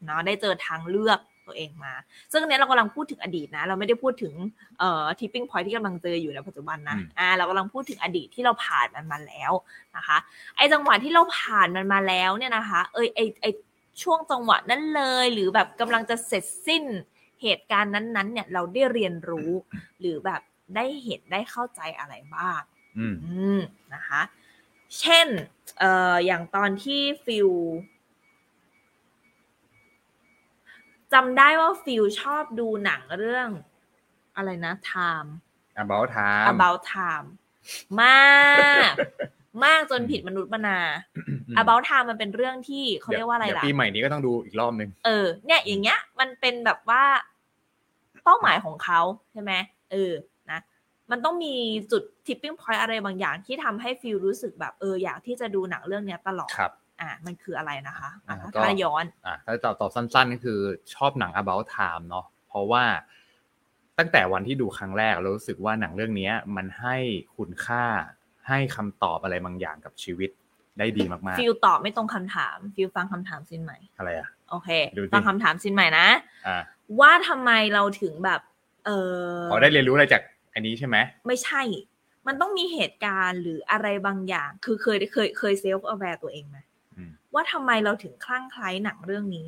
S2: เนาะได้เจอทางเลือกตัวเองมา ซึ่งอันเนี้ยเรากำลังพูดถึงอดีตนะ เราไม่ได้พูดถึงเอ่อทิปปิ้งพอยที่กำลังเจออยู่ในปัจจุบันนะ
S1: อืม
S2: อ่าเรากำลังพูดถึงอดีตที่เราผ่านมันมาแล้วนะคะไอจังหวะที่เราผ่านมันมาแล้วเนี่ยนะคะ เอยไอไอช่วงจังหวะนั้นเลย หรือแบบกำลังจะเสร็จสิ้นเหตุการณ์นั้นๆเนี่ยเราได้เรียนรู้ หรือแบบได้เห็นได้เข้าใจอะไรบ้าง
S1: อืม
S2: อืมนะคะ เช่น เอ่อ อย่างตอนที่ฟิลจำได้ว่าฟิลชอบดูหนังเรื่อง อะไรนะ Time
S1: about time
S2: About Time มาก
S1: <laughs>
S2: มากจนผิดมนุษย์มนา
S1: อืม
S2: About Time มันเป็นเรื่องที่เขาเรียกว่าอะไร
S1: ดี๋
S2: ล่ะ
S1: ปีใหม่นี้ก็ต้องดูอีกรอบนึง
S2: เออ เนี่ยอย่างเงี้ย มันเป็นแบบว่าเป้าหมายของเขาใช่ไหมเออนะ มันต้องมีจุด tipping point อะไรบางอย่างที่ทำให้ฟิลรู้สึกแบบเอออยากที่จะดูหนังเรื่องเนี้ยตลอด
S1: ครับ
S2: อ่ะมันคืออะไรนะคะอ่ะ
S1: อ่าก็
S2: ถ้าย้อน
S1: อ่ะถ้าตอบตอบสั้นๆก็คือชอบหนัง about time เนาะเพราะว่าตั้งแต่วันที่ดูครั้งแรกเรารู้สึกว่าหนังเรื่องเนี้ย มันให้คุณค่าให้คำตอบอะไรบางอย่างกับชีวิตได้ดีมาก
S2: ฟิลตอบไม่ตรงคำถาม ฟิลฟังคำถามสินใหม่
S1: ๆ อะไรอ่ะ
S2: โอเค
S1: ดูสิ
S2: ฟังคำถามสินใหม่นะ
S1: อ่า
S2: ว่าทำไมเราถึงแบบ เออ
S1: พอได้เรียนรู้อะไรจากอันนี้ใช่ไหม
S2: ไม่ใช่ มันต้องมีเหตุการณ์หรืออะไรบางอย่าง คือเคยเคยเคยเซลฟ์ a อ a r e ตัวเองไหม
S1: อืม
S2: ว่าทำไมเราถึงคลั่งไคล้หนังเรื่องนี้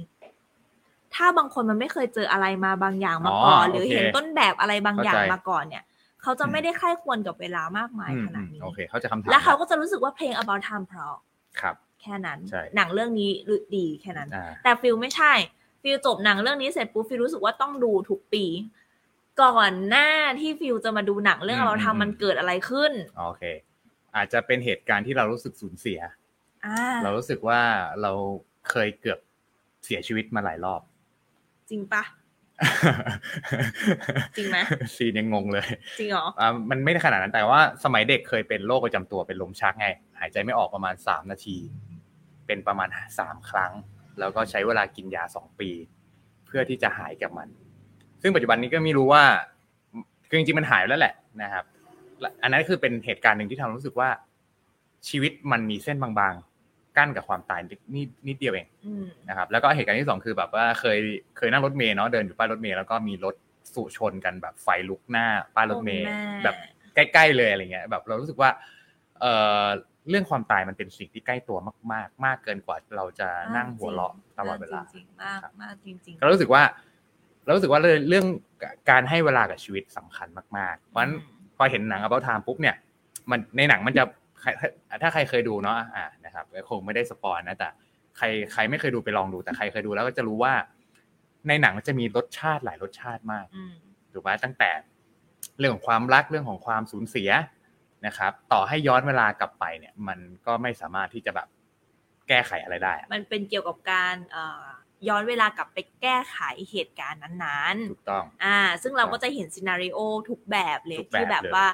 S2: ถ้าบางคนมันไม่เคยเจออะไรมาบางอย่างมาก่อน
S1: อ๋อ
S2: หรือ
S1: โอเค
S2: เห็นต้นแบบอะไรบางอย่าง
S1: เข้าใจ
S2: มาก่อนเนี่ย เขาจะไม่ได้ใคร่ควรกับเวลามากมาย
S1: อืม
S2: ข
S1: อื
S2: นาม ดนี้
S1: โอเค เขาใจะคำถาม
S2: แล้วเขาก็จะรู้สึกว่าเพลง about time เพราะ
S1: ครับ
S2: แค่นั้น
S1: ใช่
S2: หนังเรื่องนี้ดีแค่นั้น
S1: อ่า
S2: แต่ฟิลไม่ใช่ ฟิลจบหนังเรื่องนี้เสร็จปุ๊บฟิลรู้สึกว่าต้องดูทุกปี ก่อนหน้าที่ฟิลจะมาดูหนังเรื่อง
S1: อืม
S2: เราทำ
S1: อืม
S2: มันเกิดอะไรขึ้น
S1: โอเค อาจจะเป็นเหตุการณ์ที่เรารู้สึกสูญเสีย
S2: อ่า
S1: เรารู้สึกว่าเราเคยเกือบเสียชีวิตมาหลายรอบ <laughs>
S2: จริงปะ จริงไหม
S1: ซีนยังงงเลย
S2: จริงเหรอ
S1: อ่ามันไม่ได้ขนาดนั้นแต่ว่าสมัยเด็กเคยเป็นโรคประจำตัวเป็นลมชักไง หายใจไม่ออกประมาณ 3 นาที เป็นประมาณ 3 ครั้ง แล้วก็ใช้เวลากินยา 2 ปี เพื่อที่จะหายกับมัน ซึ่งปัจจุบันนี้ก็ไม่รู้ว่าคือจริงๆมันหายไปแล้วแหละนะครับและอันนั้นคือเป็นเหตุการณ์หนึ่งที่ทำให้รู้สึกว่า ชีวิตมันมีเส้นบางๆ กั้นกับความตายนิดนิดเดียวเอง
S2: อืม
S1: นะครับแล้วก็เหตุการณ์ที่สองคือแบบว่าเคยเคยนั่งรถเมล์เนาะเดินอยู่ป้ายรถเมล์แล้วก็มีรถสู่ชนกันแบบไฟลุกหน้าป้ายรถเมล์
S2: โอ้แม่
S1: แบบใกล้ๆเลยอะไรเงี้ยแบบเรารู้สึกว่าเอ่อเรื่องความตายมันเป็นสิ่งที่ใกล้ตัวมาก ๆ มากเกินกว่าเราจะนั่งหัวเราะตลอดเวลา
S2: จริงๆมาก
S1: ครับ
S2: มากจริง
S1: ก็รู้สึกว่าเรารู้สึกว่าเรื่องเรื่องการให้เวลากับชีวิตสำคัญมากๆ เพราะฉะนั้น พอเห็นหนัง about time ปุ๊บเนี่ยมันในหนังมันจะใครถ้าใครเคยดูเนาะอ่านะครับคงไม่ได้สปอยนะแต่ใครใครไม่เคยดูไปลองดูแต่ใครเคยดูแล้วก็จะรู้ว่า ในหนังมันจะมีรสชาติหลายรสชาติมาก
S2: อืม
S1: ถูกไหมตั้งแต่เรื่องของความรักเรื่องของความสูญเสียนะครับ ต่อให้ย้อนเวลากลับไปเนี่ย มันก็ไม่สามารถที่จะแบบแก้ไขอะไรได้อะ
S2: มันเป็นเกี่ยวกับการเอ่อย้อนเวลากลับไปแก้ไขเหตุการณ์นั้น
S1: ถูกต้อง
S2: ๆ อ่า ซึ่งเราก็จะเห็นซีนารีโอทุกแบบเลย
S1: ทุกแบบ
S2: ที่แบบ
S1: เลย
S2: ว่า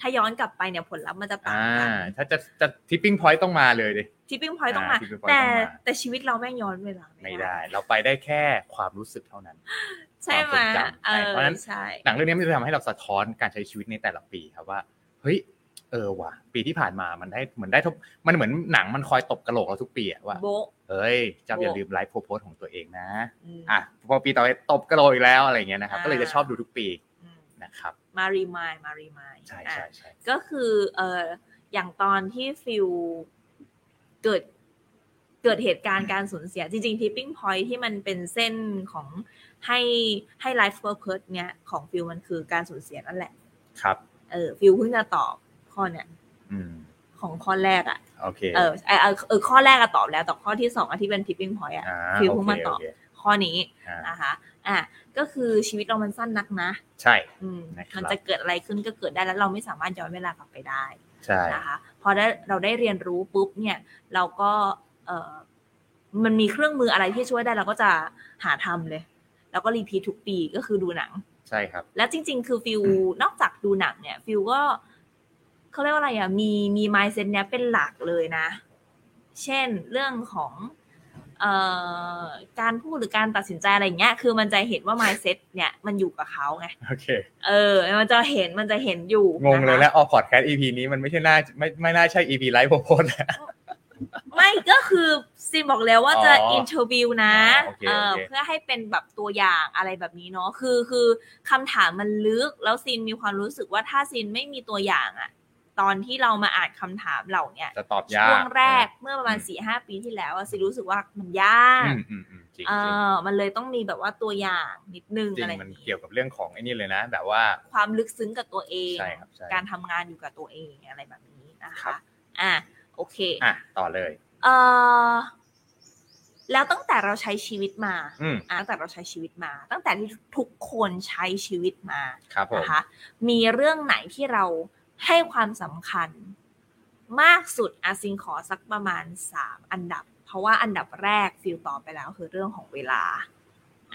S2: ถ้าย้อนกลับไปเนี่ยผลลัพธ์มันจะต่าง
S1: อ่า
S2: กัน
S1: ถ้าจะจะทิปปิ้งพอยต์ต้องมาเลยดิ
S2: ทิปปิ้งพอยต์ต้องมา
S1: อ่า tipping point
S2: แต่
S1: ต้องมา
S2: แต่ชีวิตเราแม่งย้อนเวลา
S1: ไม่ได้ เราไปได้แค่ความรู้สึกเท่านั้น
S2: ใช่ไหม
S1: ความทรงจำ
S2: เออ
S1: เพราะฉะนั้น
S2: ใช่
S1: หนังเรื่องนี้มันจะทำให้เราสะท้อนการใช้ชีวิตในแต่ละปีครับว่าเฮ้ยเออว่ะ ปีที่ผ่านมามันได้เหมือนได้ทบมันเหมือนหนังมันคอยตบกระโหลกเราทุกปีอะว่า
S2: โบะ
S1: เอ้ยเจ้าอย่า
S2: โอ้
S1: ลืมไลฟ์โพสของตัวเองนะ
S2: อืม
S1: อ่ะพอปีต่อไปตบกระโหลกอีกแล้วอะไรเงี้ยนะครับ
S2: อ่า
S1: ก็เลยจะชอบดูทุกปี
S2: อืม
S1: นะครับ
S2: มารีมายมารีมาย
S1: ใช่ใช่ใช่
S2: ก็คือเอออย่างตอนที่ฟิลเกิดเกิดเหตุการณ์การสูญเสีย จริงๆทิปปิ้งพอยที่มันเป็นเส้นของให้ให้ไลฟ์เพอร์เพสเนี้ยของฟิลมันคือการสูญเสียนั่นแหละ
S1: ครับ
S2: เออฟิลเพิ่งจะตอบข้อเนี้ย
S1: อืม
S2: ของข้อแรกอะ
S1: โอเค
S2: เออเออเออข้อแรกอะตอบแล้วแต่ข้อที่สองอะที่เป็นทิปปิ้งพอยอะ
S1: อ่า
S2: ฟิล
S1: โอ
S2: เพิ่ง
S1: เค
S2: มาต
S1: โอ
S2: อบ
S1: เค
S2: ข้อนี้
S1: อ่า
S2: นะคะอ่ะก็คือชีวิตเรามันสั้นนักนะ
S1: ใช่
S2: อืม
S1: นะครับ
S2: มันจะเกิดอะไรขึ้นก็เกิดได้แล้วเราไม่สามารถย้อนเวลากลับไปได้
S1: ใช่
S2: นะคะพอได้เราได้เรียนรู้ปุ๊บเนี่ยเราก็เออมันมีเครื่องมืออะไรที่ช่วยได้เราก็จะหาทำเลย แล้วก็รีพีททุกปีก็คือดูหนัง
S1: ใช่ครับ
S2: และจริง ๆ คือฟิว
S1: อืม
S2: นอกจากดูหนังเนี่ยฟิวก็เขาเรียกว่าอะไรอ่ะมีมีมายเซ็ตเนี้ยเป็นหลักเลยนะ เช่นเรื่องของเอ่อการพูดหรือการตัดสินใจอะไรอย่างเงี้ยคือมันจะเห็นว่ามายเซ็ตเนี่ยมันอยู่กับเขาไง
S1: โอเค
S2: เออ มันจะเห็น มันจะเห็นอยู่
S1: งงเลย
S2: ค
S1: แล้วออกพอดแคสต์ EP นี้มันไม่ใช่น่าไม่ไม่น่าใช่ EP ไลฟ์ <laughs> โพส
S2: ไม่ก็คือซิมบอกแล้วว่าจะ
S1: อ๋ออิ
S2: อินเทอร์วิวนะ
S1: อ๋อโอเค
S2: เออ
S1: โอเค
S2: เพื่อให้เป็นแบบตัวอย่างอะไรแบบนี้เนาะ คือคือคำถามมันลึก แล้วซินมีความรู้สึกว่าถ้าซินไม่มีตัวอย่างอะ ตอนที่เรามาอ่านคำถามเหล่าเนี้ย
S1: จะตอบยาก
S2: ช่วงแรกเมื่อประมาณ
S1: อืม
S2: สี่ห้าปีที่แล้วอะซินรู้สึกว่ามันยา
S1: อื
S2: ก
S1: มอืมอืมจริง
S2: เอ
S1: จริง
S2: อ มันเลยต้องมีแบบว่าตัวอย่างนิดนึง
S1: จริง
S2: อะไรอ
S1: มัน
S2: ย่าง
S1: เกี่
S2: งี้
S1: ยวกับเรื่องของไอ้นี่เลยนะ แบบว่า
S2: ความลึกซึ้งกับตัวเอง
S1: ใช่ครับใช่
S2: การทำงานอยู่กับตัวเองอะไรแบบนี้นะ
S1: ครั
S2: คะ
S1: บ
S2: อ่ะโอเค
S1: อ่ะต่อเลย
S2: เออแล้วตั้งแต่เราใช้ชีวิตมา
S1: อืม
S2: อ่ะตั้งแต่เราใช้ชีวิตมา ตั้งแต่ที่ทุกคนใช้ชีวิตมา
S1: ครับผม
S2: นะคะ มีเรื่องไหนที่เราให้ความสำคัญ มากสุดอาซิงขอสักประมาณสามอันดับ เพราะว่าอันดับแรกฟิลตอบไปแล้วคือเรื่องของเวลา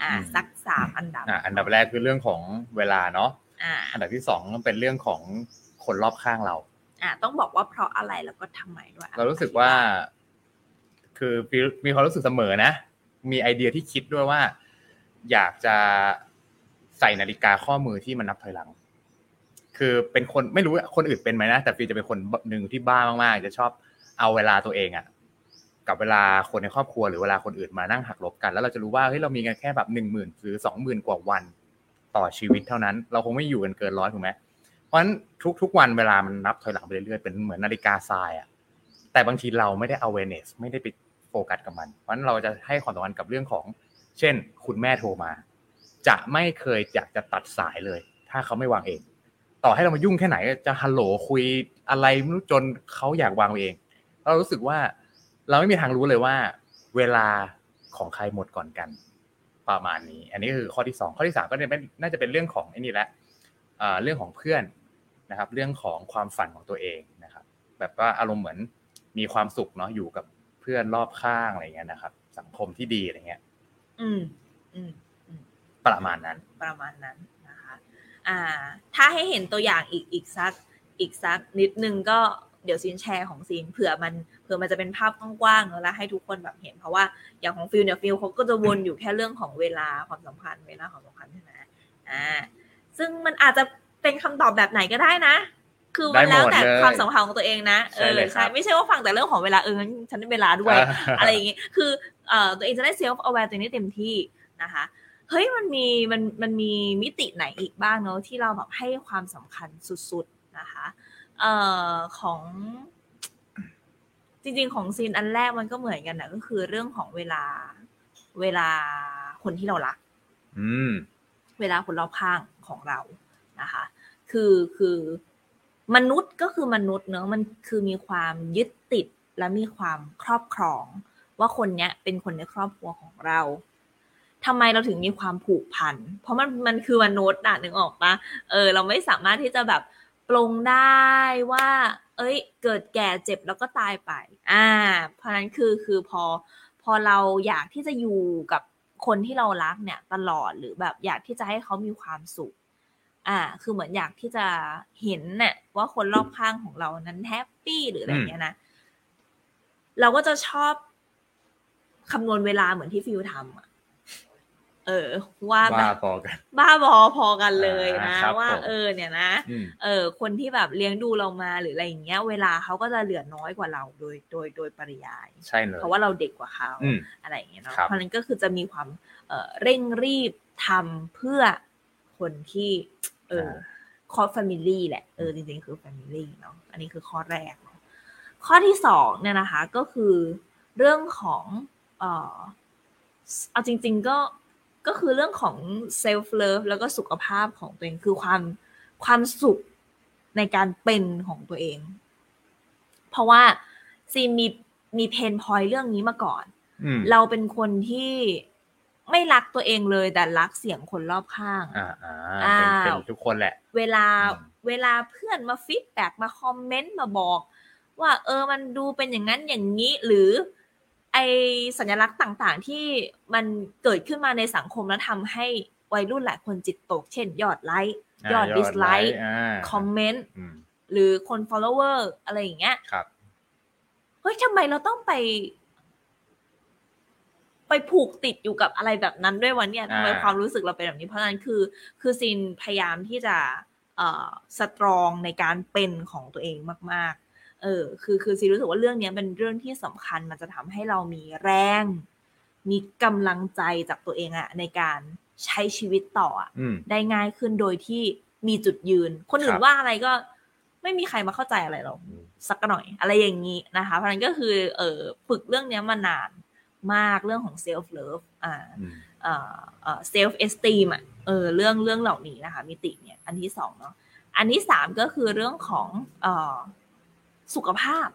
S2: อ่า
S1: อืม
S2: สักสามอันดับ
S1: อ่ะอันดับแรกคือเรื่องของเวลาเนาะ
S2: อ่า
S1: อันดับที่สองเป็นเรื่องของคนรอบข้างเรา
S2: อ่าต้องบอกว่าเพราะอะไรแล้วก็ทำไมด้วย
S1: เรารู้สึกว่า คือมีความรู้สึกเสมอนะ มีไอเดียที่คิดด้วยว่า อยากจะใส่นาฬิกาข้อมือที่มันนับถอยหลัง คือเป็นคนไม่รู้ว่าคนอื่นเป็นไหมนะ แต่ฟิวจะเป็นคนหนึ่งที่บ้ามากๆ จะชอบเอาเวลาตัวเองอะกับเวลาคนในครอบครัวหรือเวลาคนอื่นมานั่งหักลบกัน แล้วเราจะรู้ว่าเฮ้ยเรามีกันแค่แบบหนึ่งหมื่นหรือสองหมื่นกว่าวันต่อชีวิตเท่านั้น เราคงไม่อยู่กันเกินร้อยถูกไหม เพราะฉะนั้นทุกทุกวันเวลามันนับถอยหลังไปเรื่อยๆเป็นเหมือนนาฬิกาทรายอ่ะแต่บางทีเราไม่ได้ awareness ไม่ได้ไปโฟกัสกับมัน เพราะฉะนั้นเราจะให้ความสำคัญกับเรื่องของ เช่น คุณแม่โทรมา จะไม่เคยอยากจะตัดสายเลย ถ้าเขาไม่วางเอง ต่อให้เรามายุ่งแค่ไหนจะฮัลโหลคุยอะไรไม่รู้จนเขาอยากวางเอง เรารู้สึกว่าเราไม่มีทางรู้เลยว่า เวลาของใครหมดก่อนกัน ประมาณนี้ อันนี้ก็คือข้อที่สองข้อที่สามก็เนี่ยเป็นน่าจะเป็นเรื่องของไอ้นี่แหละเอ่อเรื่องของเพื่อนนะครับ เรื่องของความฝันของตัวเองนะครับ แบบว่าอารมณ์เหมือนมีความสุขเนาะอยู่กับเพื่อนรอบข้างอะไรเงี้ยนะครับ สังคมที่ดีอะไรเงี้ย
S2: อืม อืม
S1: ประมาณนั้น
S2: ประมาณนั้นนะคะ อ่า ถ้าให้เห็นตัวอย่างอีกอีกสักอีกสักนิดนึงก็เดี๋ยวซีนแชร์ของซีนเผื่อมันเผื่อมันจะเป็นภาพกว้างๆแล้วให้ทุกคนแบบเห็น เพราะว่าอย่างของฟิลเนี่ยฟิลเขาก็จะวนอยู่แค่เรื่องของเวลาความสัมพันธ์เวลาความสัมพันธ์ใช่ไหมอ่า ซึ่งมันอาจจะเป็นคำตอบแบบไหนก็ได้นะ คือมันแล้วแต่
S1: ได้หมดเลย
S2: ความสัมพันธ์ของตัวเองนะ เอ
S1: ใช่
S2: อ
S1: เลยครับ
S2: ใช่ไม่ใช่ว่าฟังแต่เรื่องของเวลาเอองั้นฉันได้เวลาด้วย <laughs> อะไรอย่างงี้ คือเอ่อตัวเองจะได้เซลฟ์เอาแวร์ตัวเองได้เต็มที่นะคะ เฮ้ย มันมี มัน มันมีมิติไหนอีกบ้างเนาะที่เราแบบให้ความสำคัญสุดๆนะคะ เอ่อ ของ จริงๆ ของซีนอันแรกมันก็เหมือนกันนะก็คือเรื่องของเวลา เวลาคนที่เรารัก
S1: อืม
S2: เวลาคนรอบข้างของเรานะคะ คือคือมนุษย์ก็คือมนุษย์เนอะมันคือมีความยึดติดและมีความครอบครอง ว่าคนเนี้ยเป็นคนในครอบครัวของเราทำไมเราถึงมีความผูกพัน เพราะมันมันคือมนุษย์น่ะนึกออกปะเออ เราไม่สามารถที่จะแบบปลงได้ว่า เอ้ย เกิดแก่เจ็บแล้วก็ตายไป อ่า เพราะฉะนั้นคือคือพอ พอเราอยากที่จะอยู่กับคนที่เรารักเนี่ย ตลอดหรือแบบอยากที่จะให้เขามีความสุข อ่า คือเหมือนอยากที่จะเห็นเนี่ยว่าคนรอบข้างของเรานั้นแฮปปี้หรืออะไรอย่างเงี้ยนะ เราก็จะชอบคำนวณเวลาเหมือนที่ฟิวทำอะเออ ว่าแบบ
S1: ว่าพอกัน
S2: บ้าบอพอกันเลย
S1: อ่า
S2: นะครับ ว่า
S1: ผม
S2: เออ เนี่ยนะ
S1: อืม
S2: เออคนที่แบบเลี้ยงดูเรามาหรืออะไรอย่างเงี้ย เวลาเขาก็จะเหลือน้อยกว่าเราโดยโดยโดยปริยาย
S1: ใช่เลย
S2: เพราะว่าเราเด็กกว่าเขา
S1: อืม
S2: อะไรอย่างเงี้ยเนาะ
S1: ครับ
S2: เพราะฉะนั้นก็คือจะมีความเอ่อเร่งรีบทำเพื่อคนที่เออคอร์ฟมิลี่แหละเออจริงๆคือแฟมิลี่เนาะอันนี้คือข้อแรกเนาะข้อที่สองเนี่ยนะคะก็คือเรื่องของเออเอาจริง ๆก็ก็คือเรื่องของเซลฟ์เลิฟแล้วก็สุขภาพของตัวเองคือความความสุขในการเป็นของตัวเอง เพราะว่าซีนมีมีเพนพอยเรื่องนี้มาก่อน
S1: อืม
S2: เราเป็นคนที่ไม่รักตัวเองเลยแต่รักเสียงคนรอบข้าง
S1: อ่าอ่าเป็น
S2: อ้าว
S1: เป็นทุกคนแหละ
S2: เวลา
S1: อืม
S2: เวลาเพื่อนมาฟีดแบ็กมาคอมเมนต์มาบอก ว่าเออมันดูเป็นอย่างนั้นอย่างนี้ หรือไอสัญลักษณ์ต่างๆ ที่มันเกิดขึ้นมาในสังคมแล้วทำให้วัยรุ่นหลายคนจิตตก เช่น ยอดไลค์ ยอด dislike
S1: อ่า
S2: คอมเมนต์
S1: อืม
S2: หรือคน follower อะไรอย่างเงี้ย
S1: ครับ
S2: เฮ้ยทำไมเราต้องไป ไปผูกติดอยู่กับอะไรแบบนั้นด้วยวะเนี่ยทำไม
S1: อ่า
S2: ความรู้สึกเราเป็นแบบนี้เพราะฉะนั้นคือ คือซินพยายามที่จะเอ่อสตรองในการเป็นของตัวเองมาก ๆ เออ คือคือซีรู้สึกว่าเรื่องเนี้ยเป็นเรื่องที่สำคัญมันจะทำให้เรามีแรง มีกำลังใจจากตัวเองอะในการใช้ชีวิตต่ออะ
S1: อืม
S2: ได้ง่ายขึ้นโดยที่มีจุดยืน คน
S1: ค
S2: อื่
S1: น รับ
S2: ว่าอะไรก็ไม่มีใครมาเข้าใจอะไรเรา
S1: อืม
S2: สักหน่อยอะไรอย่างนี้นะคะ เพราะฉะนั้นก็คือเออฝึกเรื่องเนี้ยมานานมากเรื่องของเซลฟ์เลิฟอ่า
S1: อืม
S2: เอ่อเอ่อเซลฟ์เอสติมอ่ะเออเรื่องเรื่องเหล่านี้นะคะ มิติเนี่ยอันที่สองเนาะอันที่สามก็คือเรื่องของเอ่อสุขภาพ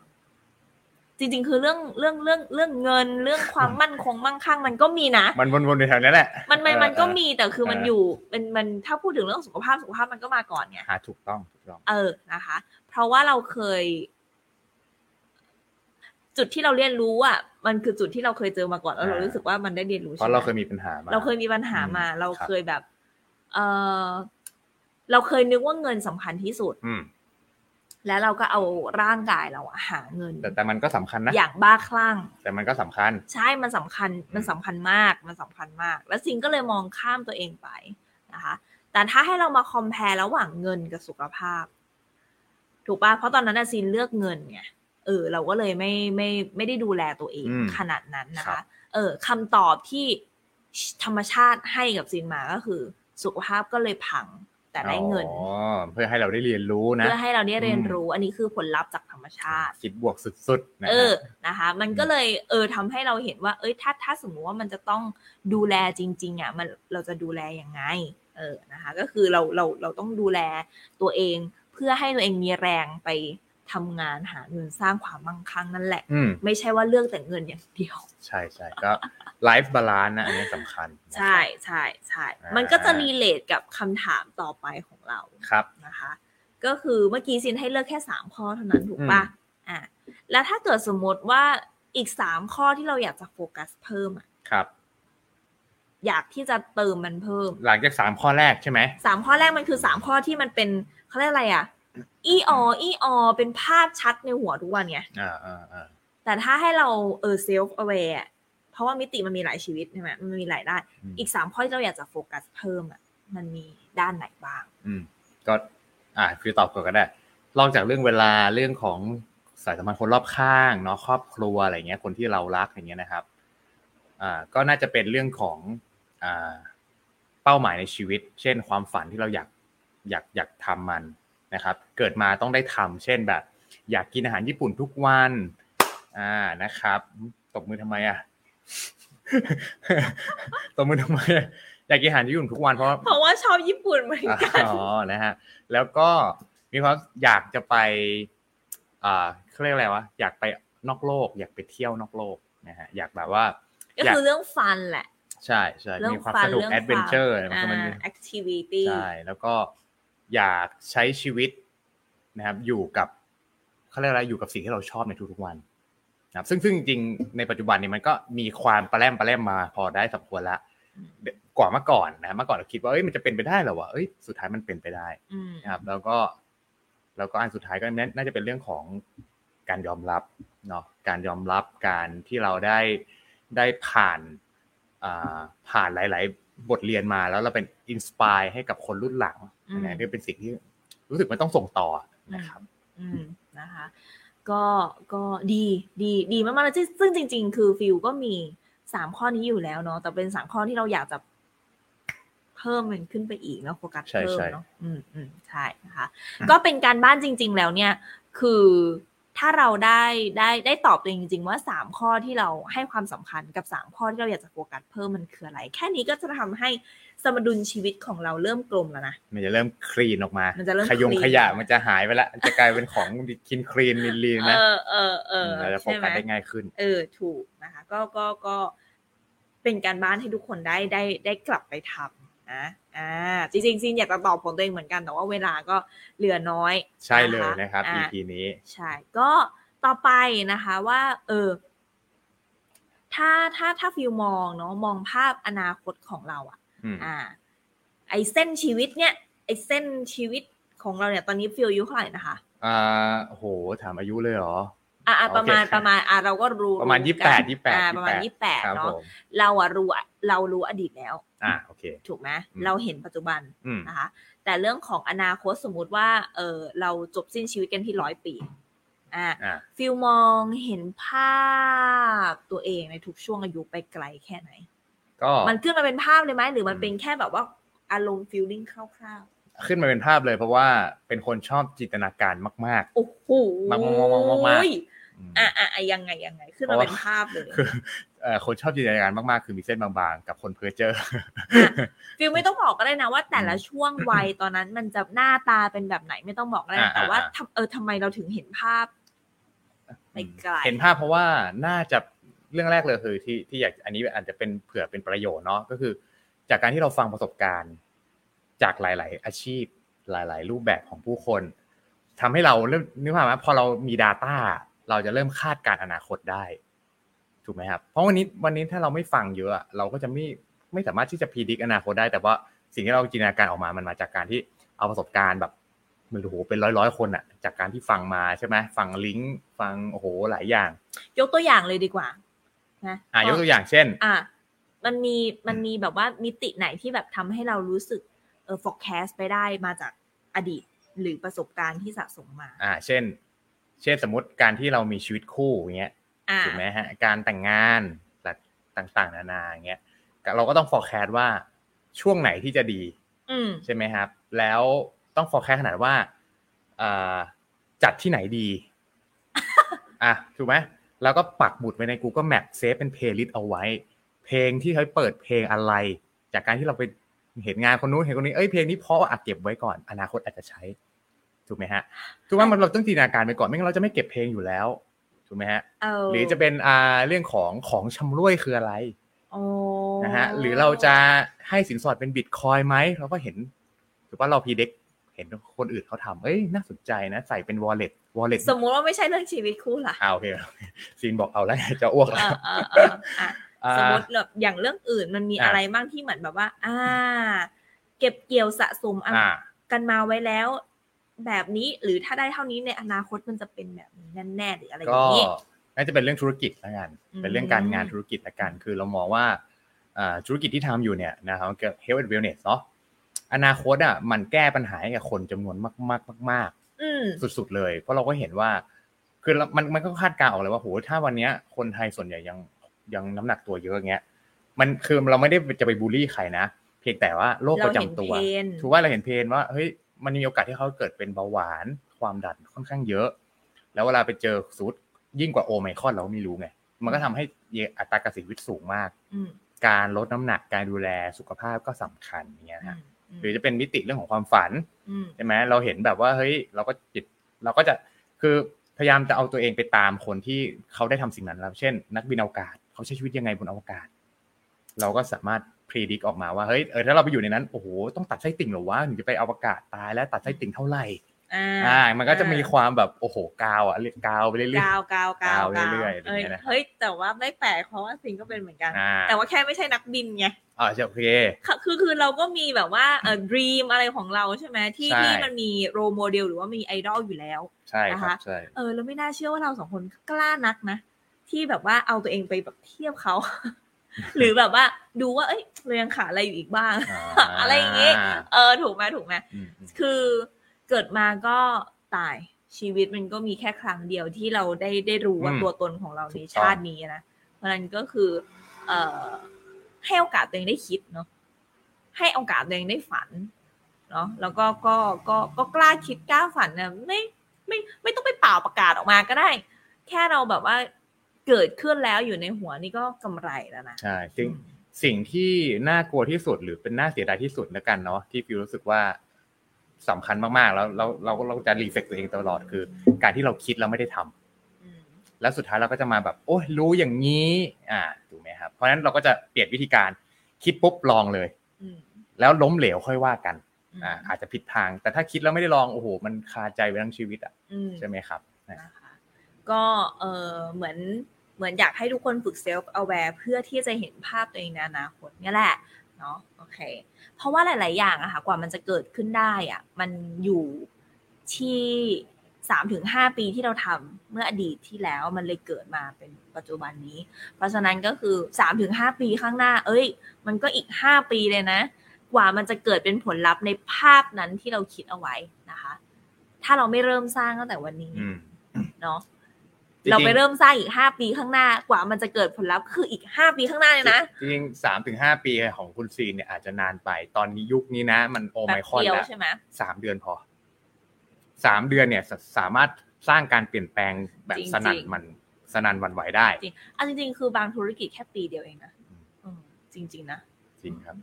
S2: จริงๆ คือเรื่องเรื่องเรื่องเรื่องเงินเรื่องความมั่นคงมั่งคั่งมันก็มีนะ
S1: มันวนๆในแถวนั้นแหละ
S2: มันมัน
S1: เออ
S2: มันก็
S1: เออ
S2: มีแต่คือมัน
S1: เออ
S2: อ
S1: อ
S2: ยู่มันมันถ้าพูดถึงเรื่องสุขภาพสุขภาพมันก็มาก่อนไง
S1: อ่าถูกต้องถูกต้อง
S2: เออนะคะ เพราะว่าเราเคย จุดที่เราเรียนรู้อ่ะมันคือจุดที่เราเคยเจอมาก่อนแล้วเรา
S1: อ่า
S2: รู้สึกว่ามันได้เรียนรู้
S1: เพราะ
S2: ใช่ไหม
S1: เราเคยมีปัญหามา
S2: เราเคยมีปัญหามา
S1: อืม
S2: เรา
S1: ครับ
S2: เคยแบบ เออเราเคยนึกว่าเงินสำคัญที่สุด
S1: อืม
S2: แล้วเราก็เอาร่างกายเราอะหาเงิน
S1: แต่แต่มันก็สำคัญนะ
S2: อย่างบ้าคลั่ง
S1: แต่มันก็สำคัญ
S2: ใช่มันสำคัญ มันสำคัญมาก มันสำคัญมาก แล้วซิงก็เลยมองข้ามตัวเองไปนะคะ แต่ถ้าให้เรามาคอมเพลระหว่างเงินกับสุขภาพ ถูกปะเพราะตอนนั้นน่ะซินเลือกเงินไง เออ เราก็เลยไม่ไม่ไม่ได้ดูแลตัวเอง
S1: อืม
S2: ขนาดนั้นนะ
S1: ครั
S2: คะ
S1: บ
S2: เออคำตอบที่ธรรมชาติให้กับซินมาก็คือ สุขภาพก็เลยพัง แต่ได้เงิน
S1: อ๋อเพื่อให้เราได้เรียนรู้นะ
S2: เพื่อให้เราได้เรียนรู้ อันนี้คือผลลัพธ์จากธรรมชาติ
S1: คิดบวกสุดๆนะฮะ
S2: เออ นะคะ มันก็เลยเออทำให้เราเห็นว่า เอ้ย ถ้าถ้าสมมติว่ามันจะต้องดูแลจริง ๆอ่ะ มันเราจะดูแลยังไง เออ นะคะ ก็คือเราเราเราต้องดูแลตัวเองเพื่อให้ตัวเองมีแรงไปทำงานหาเงินสร้างความมั่งคั่งนั่นแหละ
S1: อืม
S2: ไม่ใช่ว่าเลือกแต่เงินอย่างเดียว
S1: ใช่ใช่
S2: <laughs>
S1: ก็ไลฟ์บาลานซ์นะอันนี้สำคัญนะครับ
S2: ใช่ใช่ใช่
S1: อ่ามั
S2: มันก็จะรีเลทกับคำถามต่อไปของเรา
S1: ครับ
S2: นะคะ ก็คือเมื่อกี้ซินให้เลือกแค่สามข้อเท่านั้นถูกปะอ่ะแล้วถ้าเกิดสมมติว่าอีกสามข้อที่เราอยากจะโฟกัสเพิ่มอะ
S1: ครับ
S2: อยากที่จะเติมมันเพิ่ม
S1: หลังจากสามข้อแรกใช่ไหม
S2: สามข้อแรกมันคือสามข้อที่มันเป็นเขาเรียกอะไรอ่ะ อีอออีออเป็นภาพชัดในหัวทุกวันไง
S1: อ่าอ่าอ่า
S2: แต่ถ้าให้เราเออเซลฟ์เอาไว้เพราะว่ามิติมันมีหลายชีวิตใช่ไหมมันมีหลายด้าน
S1: อืม
S2: อีกสามข้อที่เราอยากจะโฟกัสเพิ่มอ่ะมันมีด้านไหนบ้าง
S1: อืมก็ อ่าคือตอบก่อนก็ได้นอกจากเรื่องเวลาเรื่องของสายสัมพันธ์คนรอบข้างเนาะครอบครัวอะไรเงี้ย คนที่เรารักอย่างเงี้ยนะครับ อ่า ก็น่าจะเป็นเรื่องของอ่าเป้าหมายในชีวิต เช่น ความฝันที่เราอยากอยากอยากทำมันนะครับ เกิดมาต้องได้ทำเช่นแบบ อยากกินอาหารญี่ปุ่นทุกวัน อ่านะครับตบมือทำไมอ่ะ <laughs> ตบมือทำไมอะอยากกินอาหารญี่ปุ่นทุกวันเพราะ
S2: เพราะว่าชอบญี่ปุ่นเหมือนกัน
S1: อ๋อ นะฮะ แล้วก็มีความอยากจะไปอ่าเขาเรียกอะไรวะ อยากไปนอกโลก อยากไปเที่ยวนอกโลกนะฮะ อยากแบบว่า
S2: ก็
S1: อยาก
S2: คือเรื่องฟันแหละ
S1: ใช่ใช่
S2: เรื่อง
S1: มีความ
S2: ฟัน
S1: สนุก
S2: เรื่อง
S1: แอดเวนเจอร์
S2: ความ
S1: มันก็มันมี
S2: อ่า activity
S1: ใช่ แล้วก็อยากใช้ชีวิตนะครับอยู่กับเขาเรียกอะไรอยู่กับสิ่งที่เราชอบในทุกๆวันนะครับซึ่งซึ่งจริงๆในปัจจุบันเนี่ยมันก็มีความประแลมประแลมมาพอได้สมควรละเดี๋ยวกว่าเมื่อก่อนนะเมื่อก่อนเราคิดว่าเอ้ยมันจะเป็นไปได้เหรอวะเอ้ยสุดท้ายมันเป็นไปได้
S2: อืม
S1: นะครับแล้วก็แล้วก็อันสุดท้ายก็น่าน่าจะเป็นเรื่องของการยอมรับเนาะการยอมรับการที่เราได้ได้ผ่านอ่าผ่านหลาย ๆ บทเรียนมาแล้วเราเป็นอินสปายให้กับคนรุ่นหลังนะนี่เป็นสิ่งที่รู้สึกมันต้องส่งต่อนะครับ
S2: อืมนะคะ ก็ก็ดีดีดีมากๆเลยซึ่งซึ่งจริง ๆ คือฟิวก็มีสามข้อนี้อยู่แล้วเนาะแต่เป็นสามข้อที่เราอยากจะเพิ่มมันขึ้นไปอีกเนาะโฟกัส
S1: ใช่
S2: เพิ่ม
S1: ใช่
S2: เนาะอืมอืมใช่นะคะ ก็เป็นการบ้านจริง ๆ แล้วเนี่ย คือถ้าเราได้ได้ได้ตอบตัวเองจริง ๆ ว่าสามข้อที่เราให้ความสำคัญกับสามข้อที่เราอยากจะโฟกัสเพิ่มมันคืออะไร แค่นี้ก็จะทำให้สมดุลชีวิตของเราเริ่มกลมแล้วนะ
S1: มันจะเริ่มคลีนออกมาม
S2: นจะเริ่ม
S1: ขยง
S2: clean
S1: ขยะมันจะหายไปละจะกลายเป็นของกินคลีนมินลีน
S2: เอ
S1: นะ
S2: อเออเออ
S1: เราจะโฟ
S2: ใช่ไหม
S1: กัสได้ง่ายขึ้น
S2: เออถูกนะคะ ก็ก็ก็เป็นการบ้านให้ทุกคนได้ได้ได้กลับไปทำนะอ่าจริงๆซินอยากจะตอบของตัวเองเหมือนกันแต่ว่าเวลาก็เหลือน้อย
S1: ใช่เลยนะครับ
S2: อ่า
S1: EP นี้
S2: ใช่ ก็ต่อไปนะคะว่า เออ ถ้าถ้าถ้าฟิวมองเนาะมองภาพอนาคตของเราอะ
S1: อืม
S2: อ่า ไอเส้นชีวิตเนี่ย ไอเส้นชีวิตของเราเนี่ยตอนนี้ฟิวอายุเท่าไหร่นะคะ
S1: อ่าโหถามอายุเลยเหรอ
S2: อ่า
S1: โอเค
S2: ประมาณประมาณอ่าเราก็รู้
S1: ประมาณ
S2: กัน
S1: 28 28
S2: อ่าประมาณ
S1: 28
S2: ยี่สิบแปด
S1: ครับผ
S2: เนาะ
S1: ม
S2: เราอะรู้อะเรารู้อดีตแล้ว
S1: อ่ะโอเค
S2: ถูกไหม
S1: อืม
S2: เราเห็นปัจจุบัน
S1: อืม
S2: นะคะ แต่เรื่องของอนาคตสมมุติว่า เออเราจบสิ้นชีวิตกันที่ร้อยปี อ่า
S1: อ่ะ
S2: ฟิลมองเห็นภาพตัวเองในทุกช่วงอายุไปไกลแค่ไหน
S1: ก็
S2: มันขึ้นมาเป็นภาพเลยไหมหรือมันเป็นแค่แบบว่าอารมณ์ฟิลลิ่งคร่าว
S1: ขึ้นมาเป็นภาพเลยเพราะว่าเป็นคนชอบจินตนาการมาก
S2: ๆ โอ้โห
S1: มามาก ๆอืม
S2: อ่ะอ่ะอ่ะยังไงยังไง ขึ้นมา
S1: เพราะว่า
S2: เป็นภาพเลย
S1: คือเอ่อคนชอบจินตนาการมากๆ คือมีเส้นบางๆ กับคนเพ้อเจ้อ
S2: ฟิลไม่ต้องบอกก็ได้นะว่าแต่ละช่วงวัยตอนนั้นมันจะหน้าตาเป็นแบบไหนไม่ต้องบอกก็ได้นะ
S1: อ่ะ
S2: แต่ว่า
S1: อ่ะ
S2: ทำเออทำไมเราถึงเห็นภาพ ไม่ไกล
S1: เห็นภาพเพราะว่าน่าจะเรื่องแรกเลยคือที่ที่อยากอันนี้อาจจะเป็นเผื่อเป็นประโยชน์เนาะก็คือ จากการที่เราฟังประสบการณ์ จากหลาย ๆ อาชีพหลาย ๆ รูปแบบของผู้คนทำให้เราเริ่มนึกภาพไหมพอเรามี Data เราจะเริ่มคาดการณ์อนาคตได้ ถูกไหมครับ เพราะวันนี้วันนี้ถ้าเราไม่ฟังเยอะอะเราก็จะไม่ไม่สามารถที่จะพิจิตอนาคตได้ แต่ว่าสิ่งที่เราจินตนาการออกมามันมาจากการที่เอาประสบการณ์แบบเหมันโอ้โหเป็นร้อยร้อยๆคนอะจากการที่ฟังมาใช่ไหมฟังลิงก์ฟังโอ้โหหลายอย่าง
S2: ยกตัวอย่างเลยดีกว่านะ
S1: อ่ะยกตัวอย่างเช่น
S2: อ่ะมันมีมันมีแบบว่ามิติไหนที่แบบทำให้เรารู้สึกเออ forecast ไปได้มาจากอดีตหรือประสบการณ์ที่สะสมมา
S1: อ่า เช่น เช่นสมมติการที่เรามีชีวิตคู่อย่างเงี้ย
S2: อ่ะ
S1: ถูกไหมฮะ การแต่งงานต่างๆ นานาอย่างเงี้ยเราก็ต้อง forecast ว่าช่วงไหนที่จะดี
S2: อืม
S1: ใช่ไหมครับ แล้วต้อง forecast ขนาดว่าอ่าจัดที่ไหนดี อ่ะถูกไหมแล้วก็ปักหมุดไว้ใน Google Map เซฟเป็น playlist เอาไว้ เพลงที่เขาเปิดเพลงอะไร จากการที่เราไปเห็นงานคนนู้นเห็นคนนี้เอ้ยเพลงนี้เพราะอ่ะเก็บไว้ก่อนอนาคตอาจจะใช้ถูกไหมฮะถูกไหมมันเราต้องจินตนาการไปก่อนไม่งั้นเราจะไม่เก็บเพลงอยู่แล้วถูกไหมฮะ
S2: เออ
S1: หรือจะเป็นอ่าเรื่องของของชำร่วยคืออะไร
S2: โอ้
S1: นะฮะหรือเราจะให้สินสอดเป็นบิตคอยน์ไหมเราก็เห็นหรือว่าเราพีเด็กเห็นคนอื่นเขาทำเอ้ยน่าสนใจนะใส่เป็น wallet wallet
S2: สมมุติว่าไม่ใช่เรื่องชีวิตคู่ล่ะ
S1: อ่าโอเคซีนบอกเอาแล้วจะอ้วก
S2: เอ
S1: แล้ว
S2: อเออเอออ่ะ
S1: อ่า
S2: สมมติแบบอย่างเรื่องอื่นมันมี
S1: อ่ะ
S2: อะไรบ้างที่เหมือนแบบว่า อ่า เก็บเกี่ยวสะสมอะ
S1: อ่า
S2: กันมาไว้แล้ว แบบนี้หรือถ้าได้เท่านี้ในอนาคตมันจะเป็นแบบนี้แน่ๆหรืออะไรอ
S1: ก็
S2: ย่างนี้
S1: น่าจะเป็นเรื่องธุรกิจละกัน
S2: อืม
S1: เป็นเรื่องการงานธุรกิจละกันคือเรามองว่าอ่าธุรกิจที่ทำอยู่เนี่ยนะครับเกี่ยวกับ health and wellness เนาะอนาคตอ่ะมันแก้ปัญหาให้กับคนจำนวนมากๆมาก ๆ
S2: อืม
S1: สุดๆเลย เพราะเราก็เห็นว่า คือเรามันมันก็คาดการณ์ออกเลยว่าโหถ้าวันเนี้ย คนไทยส่วนใหญ่ยังยังน้ำหนักตัวเยอะอย่างเงี้ย มันคือเราไม่ได้จะไปบูลลี่ใครนะ เพียงแต่ว่าโรคประจำตัว
S2: เราเห็นเพน
S1: ถือว่าเราเห็นเพนว่า เฮ้ย มันมีโอกาสที่เขาเกิดเป็นเบาหวาน ความดันค่อนข้างเยอะ แล้วเวลาไปเจอสูตรยิ่งกว่าโอไมครอนเราไม่รู้ไง มันก็ทำให้อัตราการเสียชีวิตสูงมาก
S2: อืม
S1: การลดน้ำหนัก การดูแลสุขภาพก็สำคัญอย่างเงี้ย
S2: อื
S1: ฮะ
S2: ม
S1: หรือจะเป็นมิติเรื่องของความฝัน
S2: อืม
S1: ใช่ไหมเราเห็นแบบว่าเฮ้ยเราก็จิตเราก็จะคือพยายามจะเอาตัวเองไปตามคนที่เขาได้ทำสิ่งนั้นแล้ว เช่น นักบินอวกาศเขาใช้ชีวิตยังไงบนอวกาศ เราก็สามารถพิจิตออกมาว่าเฮ้ยเออถ้าเราไปอยู่ในนั้นโอ้โหต้องตัดไส้ติ่งเหรอวะถึงจะไปอวกาศตายแล้วตัดไส้ติ่งเท่าไหร่
S2: อ่า
S1: อ่ามันก็จะมีความแบบโอ้โหกาวอ่ะเรียกกาวไปเรื่อย
S2: กาวกาวกาว
S1: กาวเรื่อยๆอะไรอย่างเงี้ยนะ
S2: เฮ้ยแต่ว่าไม่แปลกเพราะว่าสิงก็เป็นเหมือนกัน
S1: ๆอ่า
S2: แต่ว่าแค่ไม่ใช่นักบินไง
S1: อ่าใช่โอเค
S2: ค่ะคือคือเราก็มีแบบว่าเออดรีมอะไรของเราใช่ไหมที่
S1: ใช่
S2: ที่มันมีโรโมเดลหรือว่ามีไอดอลอยู่แล้ว
S1: ใช่ครับ
S2: นะคะ
S1: ใช่
S2: เออแล้วไม่น่าเชื่อว่าเราสองคนกล้านักนะ ที่แบบว่าเอาตัวเองไปแบบเทียบเขา <laughs> หรือแบบว่าดูว่าเอ้ยเรายังขาดอะไรอยู่อีกบ้าง <laughs>
S1: า
S2: อะไรอย่างงี้ เออถูกไหมถูกไหม
S1: อืมอืม
S2: คือเกิดมาก็ตายชีวิตมันก็มีแค่ครั้งเดียวที่เราได้ได้รู้ว่าตัวตนของเราในชาตินี้นะเพราะฉะนั้นก็คือ เอ่อให้โอกาสตัวเองได้คิดเนาะให้โอกาสตัวเองได้ฝันเนาะแล้วก็ก็ก็ก็กล้าคิดกล้าฝันนะไม่ไม่ไม่ต้องไปเป่าประกาศออกมาก็ได้ แค่เราแบบว่าเกิดขึ้นแล้วอยู่ในหัวนี่ก็กำไรแล้วนะ
S1: ใช่ซึ่ง สิ่งที่น่ากลัวที่สุดหรือเป็นน่าเสียดายที่สุดแล้วกันเนาะที่ฟิวรู้สึกว่าสำคัญมากๆ แล้วเราเราเราจะรีเฟกตัวเองตลอดคือ การที่เราคิดเราไม่ได้ทำ
S2: อืม
S1: แล้วสุดท้ายเราก็จะมาแบบโอ้ยรู้อย่างนี้ อ่าถูกไหมครับเพราะฉะนั้นเราก็จะเปลี่ยนวิธีการคิดปุ๊บลองเลย
S2: อืม
S1: แล้วล้มเหลวค่อยว่ากัน
S2: อืม
S1: อ่าอาจจะผิดทาง แต่ถ้าคิดแล้วไม่ได้ลองโอ้โหมันคาใจไปทั้งชีวิตอ่ะ
S2: อืม
S1: ใช่ไหมครับ
S2: นะคะก็เออเหมือนเหมือนอยากให้ทุกคนฝึกเซลฟ์ aware เพื่อที่จะเห็นภาพตัวเองในอนาคตเนี่ยแหละเนาะโอเค เพราะว่าหลาย ๆ อย่างอะค่ะกว่ามันจะเกิดขึ้นได้อะมันอยู่ที่สามถึงห้าปีที่เราทำเมื่ออดีตที่แล้วมันเลยเกิดมาเป็นปัจจุบันนี้ เพราะฉะนั้นก็คือสามถึงห้าปีข้างหน้า เอ้ย มันก็อีกห้าปีเลยนะ กว่ามันจะเกิดเป็นผลลัพธ์ในภาพนั้นที่เราคิดเอาไว้นะคะ ถ้าเราไม่เริ่มสร้างตั้งแต่วันนี้
S1: อืม
S2: เนาะ
S1: จริงๆ
S2: เราไปเริ่มสร้างอีกห้าปีข้างหน้ากว่ามันจะเกิดผลลัพธ์คืออีกห้าปีข้างหน้าเลยนะ
S1: จริงสามถึงห้าปีของคุณซีนเนี่ยอาจจะนานไปตอนนี้ยุคนี้นะ มันโอ
S2: แบ
S1: ไม
S2: บ
S1: คอน
S2: เดียว
S1: แล้ว
S2: ใช่ไหม
S1: สามเดือนพอสามเดือนเนี่ยสาสามารถสร้างการเปลี่ยนแปลงแบบ
S2: จริงๆ
S1: สนั่นมันสนั่นหวันไหวได้
S2: จริงอันจริงๆคือบางธุรกิจแค่ปีเดียวเองนะ
S1: อืม
S2: อืมจริง ๆ นะ
S1: จริงครับ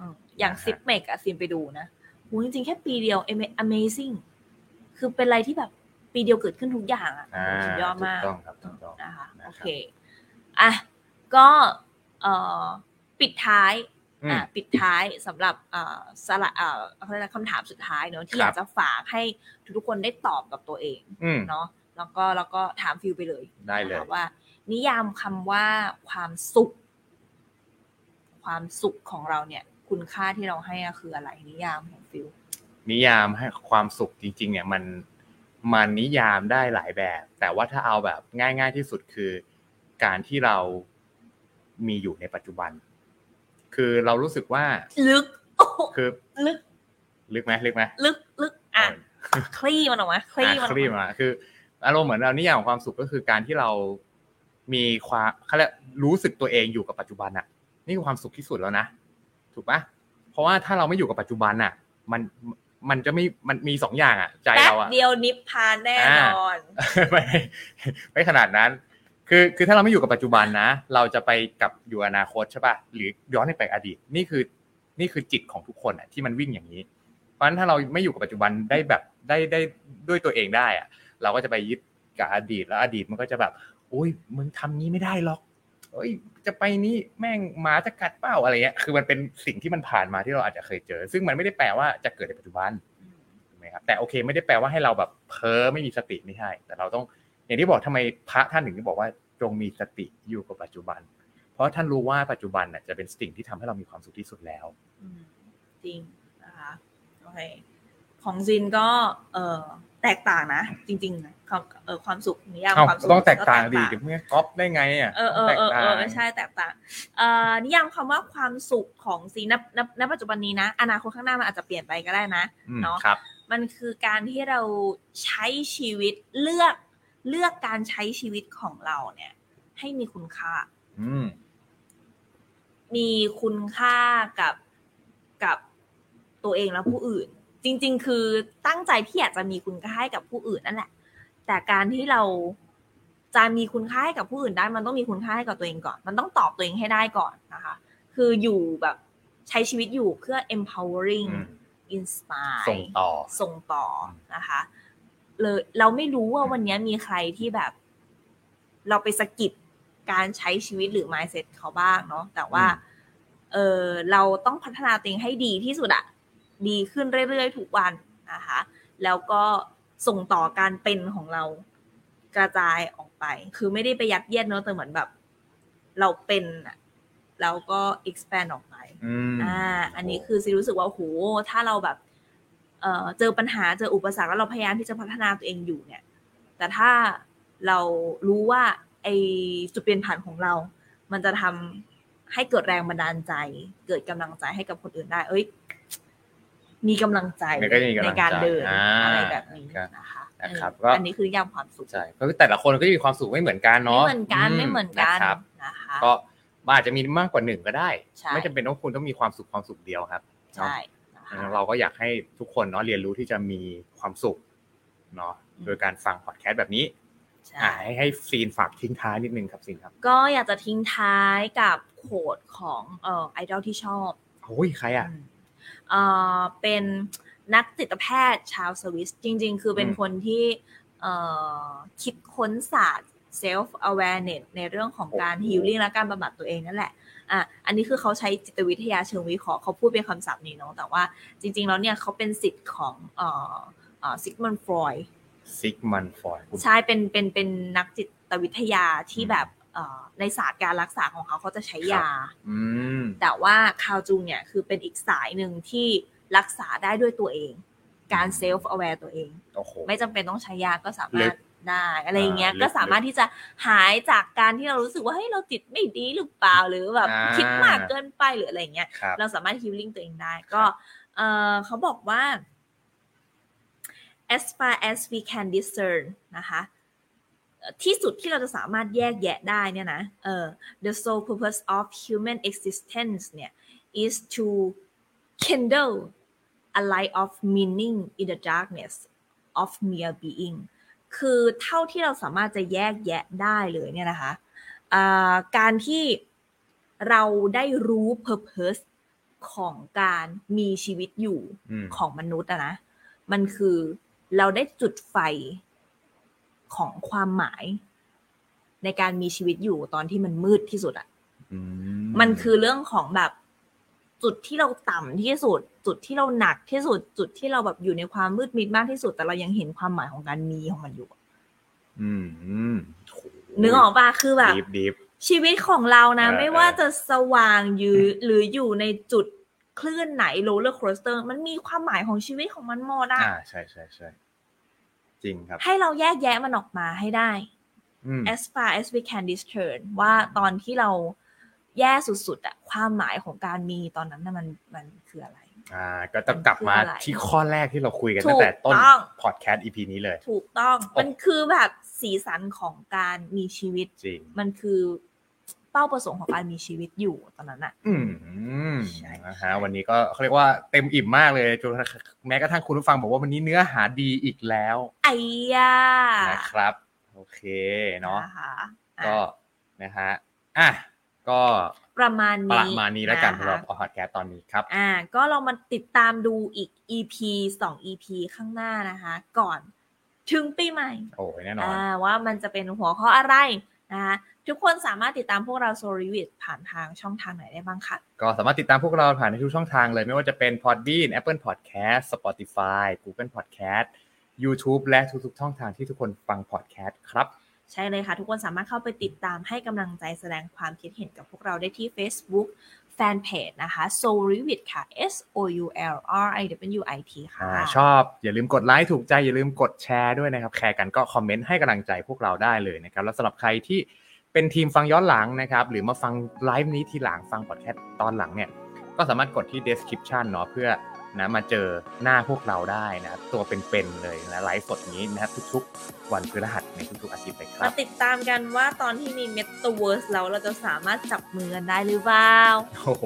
S2: อืมอย่าง
S1: นะฮะ
S2: ซิปเมกอะซิมไปดูนะโหจริง ๆ แค่ปีเดียว ama- amazing คือเป็นอะไรที่แบบปีเดียวเกิดขึ้นทุกอย่างอะ
S1: อ่า
S2: สุดยอดมาก
S1: ถูกต้องครับถูกต้อง
S2: นะคะ
S1: นะครับ
S2: โอเคอ่ะก็เอ่อปิดท้าย
S1: อืม
S2: อ่ะปิดท้ายสำหรับเอ่อสละเอ่อเขาเรียกอะไรคำถามสุดท้ายเนอะที่
S1: ค
S2: อ
S1: รับ
S2: ยากจะฝากให้ทุกๆคนได้ตอบกับตัวเอง
S1: อืม
S2: เนาะแล้วก็แล้วก็ถามฟิลไปเลย
S1: ได้เลย
S2: นะคะว่า นิยามคำว่าความสุข ความสุขของเราเนี่ย คุณค่าที่เราให้อะคืออะไรนิยามของฟิล
S1: นิยามให้ความสุขจริง ๆ เนี่ยมันมันนิยามได้หลายแบบ แต่ว่าถ้าเอาแบบง่าย ๆ ที่สุดคือ การที่เรามีอยู่ในปัจจุบัน คือเรารู้สึกว่า
S2: ลึก <laughs> โอ้โห
S1: คือ
S2: ลึก
S1: ลึกไหมลึกไหม
S2: ลึกลึกอ่ะคลี่มันออกมาคลี่
S1: อ่ะ
S2: มันอ
S1: ค
S2: อก
S1: รีม
S2: มา
S1: อ่ะคืออารมณ์เหมือนเรานิยามของความสุขก็คือการที่เรามีความเขาเรียกรู้สึกตัวเองอยู่กับปัจจุบันอ่ะ นี่คือความสุขที่สุดแล้วนะ ถูกปะเพราะว่าถ้าเราไม่อยู่กับปัจจุบันอ่ะ มัน มันจะไม่มันมีสองอย่างอ่ะ ใจ
S2: แป๊บ
S1: เราอ่ะ
S2: เดียวนิพพานแน่นอน
S1: <laughs> ไม่ไม่ขนาดนั้น คือคือถ้าเราไม่อยู่กับปัจจุบันนะ เราจะไปกับอยู่อนาคตใช่ป่ะหรือย้อนไปอดีต นี่คือนี่คือจิตของทุกคนอะที่มันวิ่งอย่างนี้ เพราะฉะนั้นถ้าเราไม่อยู่กับปัจจุบันได้แบบได้ได้ด้วยตัวเองได้อะเราก็จะไปยึดกับอดีตแล้วอดีตมันก็จะแบบโอ้ยมึงทำงี้ไม่ได้หรอกเอ้ย จะไปนี้แม่งหมาจะกัดเป้าอะไรเงี้ยคือมันเป็นสิ่งที่มันผ่านมาที่เราอาจจะเคยเจอ ซึ่งมันไม่ได้แปลว่าจะเกิดในปัจจุบัน ถูกไหมครับแต่โอเคไม่ได้แปลว่าให้เราแบบเพ้อไม่มีสติไม่ใช่ แต่เราต้องอย่างที่บอกทำไมพระท่านถึงบอกว่าจงมีสติอยู่กับปัจจุบัน เพราะท่านรู้ว่าปัจจุบันน่ะจะเป็นสิ่งที่ทำให้เรามีความสุขที่สุดแล้ว
S2: อืมจริงนะคะโอเคของจินก็เออแตกต่างนะ จริงๆนะความเออความสุขนิยาม
S1: เอ้า
S2: ความสุข
S1: ต้องแตกต่างดิเดี๋ยวเมื่อก๊อปได้ไงอ่ะ
S2: เออเออ
S1: แตก
S2: เออ
S1: ต่า
S2: เอง อไม่ใช่แตกต่างเอ่อนิยามคำว่าความสุขของซีนณณณปัจจุบันนี้นะ อนาคตข้างหน้ามันอาจจะเปลี่ยนไปก็ได้นะ
S1: อืม
S2: เนาะ
S1: ครับ
S2: มันคือการที่เราใช้ชีวิตเลือกเลือกการใช้ชีวิตของเราเนี่ย ให้มีคุณค่า
S1: อืม
S2: มีคุณค่ากับกับตัวเองและผู้อื่น จริง ๆ คือตั้งใจที่อยากจะมีคุณค่าให้กับผู้อื่นนั่นแหละ แต่การที่เราจะมีคุณค่าให้กับผู้อื่นได้ มันต้องมีคุณค่าให้กับตัวเองก่อน มันต้องตอบตัวเองให้ได้ก่อนนะคะ คืออยู่แบบใช้ชีวิตอยู่เพื่อ empowering
S1: อืม
S2: inspire
S1: ส่งต่อ
S2: ส่งต่อนะคะเลยเราไม่รู้ว่าวันนี้มีใครที่แบบ เราไปสะกิดการใช้ชีวิตหรือ mindset เขาบ้างเนาะแต่ว่า
S1: อืม
S2: เออเราต้องพัฒนาตัวเองให้ดีที่สุดอะดีขึ้นเรื่อยๆทุกวันนะคะแล้วก็ส่งต่อการเป็นของเรากระจายออกไป คือไม่ได้ไปยัดเยียดเนาะแต่เหมือนแบบ เราเป็นอะแล้วก็ expand ออกไป
S1: อืม
S2: อ่า อันนี้คือซีรู้สึกว่าโอ้โห ถ้าเราแบบ เอ่อ เจอปัญหา เจออุปสรรคแล้วเราพยายามที่จะพัฒนาตัวเองอยู่เนี่ย แต่ถ้าเรารู้ว่าไอจุดเปลี่ยนผ่านของเรา มันจะทำให้เกิดแรงบันดาลใจ เกิดกำลังใจให้กับคนอื่นได้ เอ้ย มีกำลังใจ
S1: มันก็จะมีกำลังใจ
S2: การเดิน
S1: อ่า
S2: อะไรแบบนี้
S1: ครับ
S2: นะคะ
S1: นะครับ
S2: เออ
S1: ก็
S2: อันนี้คือยามความสุข
S1: ใช่ก็คือแต่ละคนก็มีความสุขไม่เหมือนกัน
S2: ไม่
S1: เนาะ
S2: เหมือนกันไม่เหมือนกัน
S1: นะครับ
S2: นะคะ
S1: ก็มันอาจจะมีมากกว่าหนึ่งก็ได้
S2: ใช่
S1: ไม่จำเป็นต้องคุณต้องมีความสุขความสุขเดียวครับเนาะ
S2: ใช่นะคะ
S1: เราก็อยากให้ทุกคนเนาะเรียนรู้ที่จะมีความสุขเนาะ
S2: อืม
S1: โดยการฟังพอดแคสต์แบบนี้
S2: ใช่
S1: อ่าให้ให้ซีนฝากทิ้งท้ายนิดนึงครับซีนครับ
S2: ก็อยากจะทิ้งท้ายกับโขดของเอ่อไอดอลที่ชอบ
S1: โอ้ยใครอ่ะ
S2: อืมเอ่อเป็นนักจิตแพทย์ชาวสวิสจริง ๆ คือเป็น
S1: อืม
S2: คนที่เอ่อคิดค้นศาสตร์ self awareness ในเรื่องของการ healing และการบำบัดตัวเองนั่นแหละอ่ะอันนี้คือเขาใช้จิตวิทยาเชิงวิเคราะห์เขาพูดเป็นคำศัพท์นี้เนาะแต่ว่าจริง ๆ แล้วเนี่ยเขาเป็นสิทธิ์ของเอ่อเอ่อซิกมันฟรอย
S1: ซิกมันฟอยด์คุณ
S2: ใช่ เป็น เป็น เป็นนักจิตวิทยาที่
S1: อืม
S2: แบบเอ่อในศาสตร์การรักษาของเขาเขาจะใช้ยา
S1: อืม
S2: แต่ว่าคาวจูเนี่ยคือเป็นอีกสายหนึ่งที่รักษาได้ด้วยตัวเอง การเซลฟ์ a อ a r e ตัวเอง
S1: โอ้โห
S2: ไม่จำเป็นต้องใช้ยาก็สา
S1: ลึ
S2: มารถ
S1: ก
S2: ได้อะไรอย่างเงี้ย
S1: อ่าลึก
S2: ก็สามารถที่จะหายจากการที่เรารู้สึกว่าเฮ้ยเราจิตไม่ดีหรือเปล่าหรือแบบ
S1: อ่า
S2: คิดมากเกินไปหรืออะไรอย่างเงี้ย
S1: ครับ
S2: เราสามารถฮิลลิ่งตัวเองได้ ก็เออเขาบอกว่า as far as we can discern นะคะเอ่อที่สุดที่เราจะสามารถแยกแยะได้เนี่ยนะเออ the sole purpose of human existence เนี่ย is to kindle a light of meaning in the darkness of mere being คือเท่าที่เราสามารถจะแยกแยะได้เลยเนี่ยนะคะอ่าการที่เราได้รู้ purpose ของการมีชีวิตอยู่
S1: อืม
S2: ของมนุษย์อะนะ มันคือเราได้จุดไฟของความหมาย ในการมีชีวิตอยู่ตอนที่มันมืดที่สุดอะ
S1: อื
S2: มันคือเรื่องของแบบจุดที่เราต่ำที่สุด จุดที่เราหนักที่สุด จุดที่เราแบบอยู่ในความมืดมิดมากที่สุด แต่เรายังเห็นความหมายของการมีของมันอยู่อะ
S1: อืมอืมโโห
S2: นึกออกปะคือแบบ
S1: ดีฟดีฟ
S2: ชีวิตของเรานะ
S1: เออ
S2: ไม่ว่าจะสว่างอยู่หรืออยู่ในจุดคลื่นไหนโรลเลอร์โคสเตอร์มันมีความหมายของชีวิตของมันหมดอะ
S1: อ่าใช่ใช่ใช่จริงครับ
S2: ให้เราแยกแยะมันออกมาให้ได้
S1: อืม
S2: as far as we can discern ว่าตอนที่เราแย่สุดๆอะความหมายของการมีตอนนั้นนะมันมันคืออะไร
S1: อ่า ก็จะกลับมา
S2: คืออะไร
S1: ที่ข้อแรกที่เราคุยกัน
S2: ถูก
S1: ตั้งแต่ต้น
S2: ต้อง
S1: พอดแคสต์ EP นี้เลย
S2: ถูกต้อง
S1: โอ้
S2: มันคือแบบสีสันของการมีชีวิต
S1: จริง
S2: มันคือ เป้าประสงค์ของการมีชีวิตอยู่ตอนนั้นอะ
S1: อืม
S2: ใช่
S1: นะฮะวันนี้ก็เขาเรียกว่าเต็มอิ่มมากเลยจนแม้กระทั่งคุณผู้ฟังบอกว่าวันนี้เนื้อหาดีอีกแล้ว
S2: ไอ้ยา
S1: นะครับ โอเคเนาะ
S2: นะคะอ่ะ
S1: ก็นะฮะอ่ะก็
S2: ประมาณ
S1: ป
S2: นี้
S1: ระมาณนี้แล้วกันสำหรับ
S2: ะคะ
S1: ออดแคสตอนนี้ครับ
S2: อ่าก็ลองมาติดตามดูอีก EP 2 EP ข้างหน้านะคะ ก่อนถึงปีใหม่
S1: โอ้ยแน่นอน
S2: อ่าว่ามันจะเป็นหัวข้ออะไรนะคะทุกคนสามารถติดตามพวกเราโซลิวิทผ่านทางช่องทางไหนได้บ้างคะ
S1: ก็สามารถติดตามพวกเราผ่านในทุกช่องทางเลย ไม่ว่าจะเป็น Podbean Apple Podcast Spotify Google Podcast YouTube และทุกๆช่องทางที่ทุกคนฟัง podcast ครับ
S2: ใช่เลยค่ะ ทุกคนสามารถเข้าไปติดตามให้กำลังใจแสดงความคิดเห็นกับพวกเราได้ที่ Facebook Fanpage นะคะ s o l i v i t ค่ะ S O U L R I W I T ค่ะ
S1: อ่าชอบอย่าลืมกดไลค์ถูกใจ อย่าลืมกดแชร์ด้วยนะครับ แชร์กันก็คอมเมนต์ให้กำลังใจพวกเราได้เลยนะครับ แล้วสำหรับใครที่เป็นทีมฟังย้อนหลังนะครับ หรือมาฟังไลฟ์นี้ทีหลังฟังพอดแคสต์ตอนหลังเนี่ย ก็สามารถกดที่ description เนาะเพื่อนะมาเจอหน้าพวกเราได้นะครับตัวเป็นๆเลยนะไลฟ์สดนี้นะครับทุกๆ วันพฤหัสในทุกๆอาทิตย์เลยครั
S2: มา
S1: บ
S2: ติดตามกันว่าตอนที่มี Metaverse แล้วเราจะสามารถจับมือกันได้หรือเปล่า
S1: โอ้โห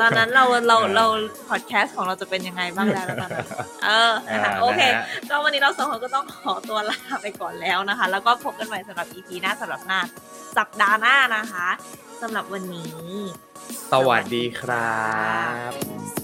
S2: ตอนนั้นเราเรา
S1: อ่า
S2: เราพอดแคสต์ของเราจะเป็นยังไงบ้างแล้วตอนนั้นเออ
S1: อ่า
S2: นะคะโอเค
S1: นะฮะ
S2: ก็วันนี้เราสองคนก็ต้องขอตัวลาไปก่อนแล้วนะคะ แล้วก็พบกันใหม่สำหรับ EP หน้าสำหรับหน้าสัปดาห์หน้านะคะสำหรับวันนี้
S1: สวัสดีครับ
S2: ส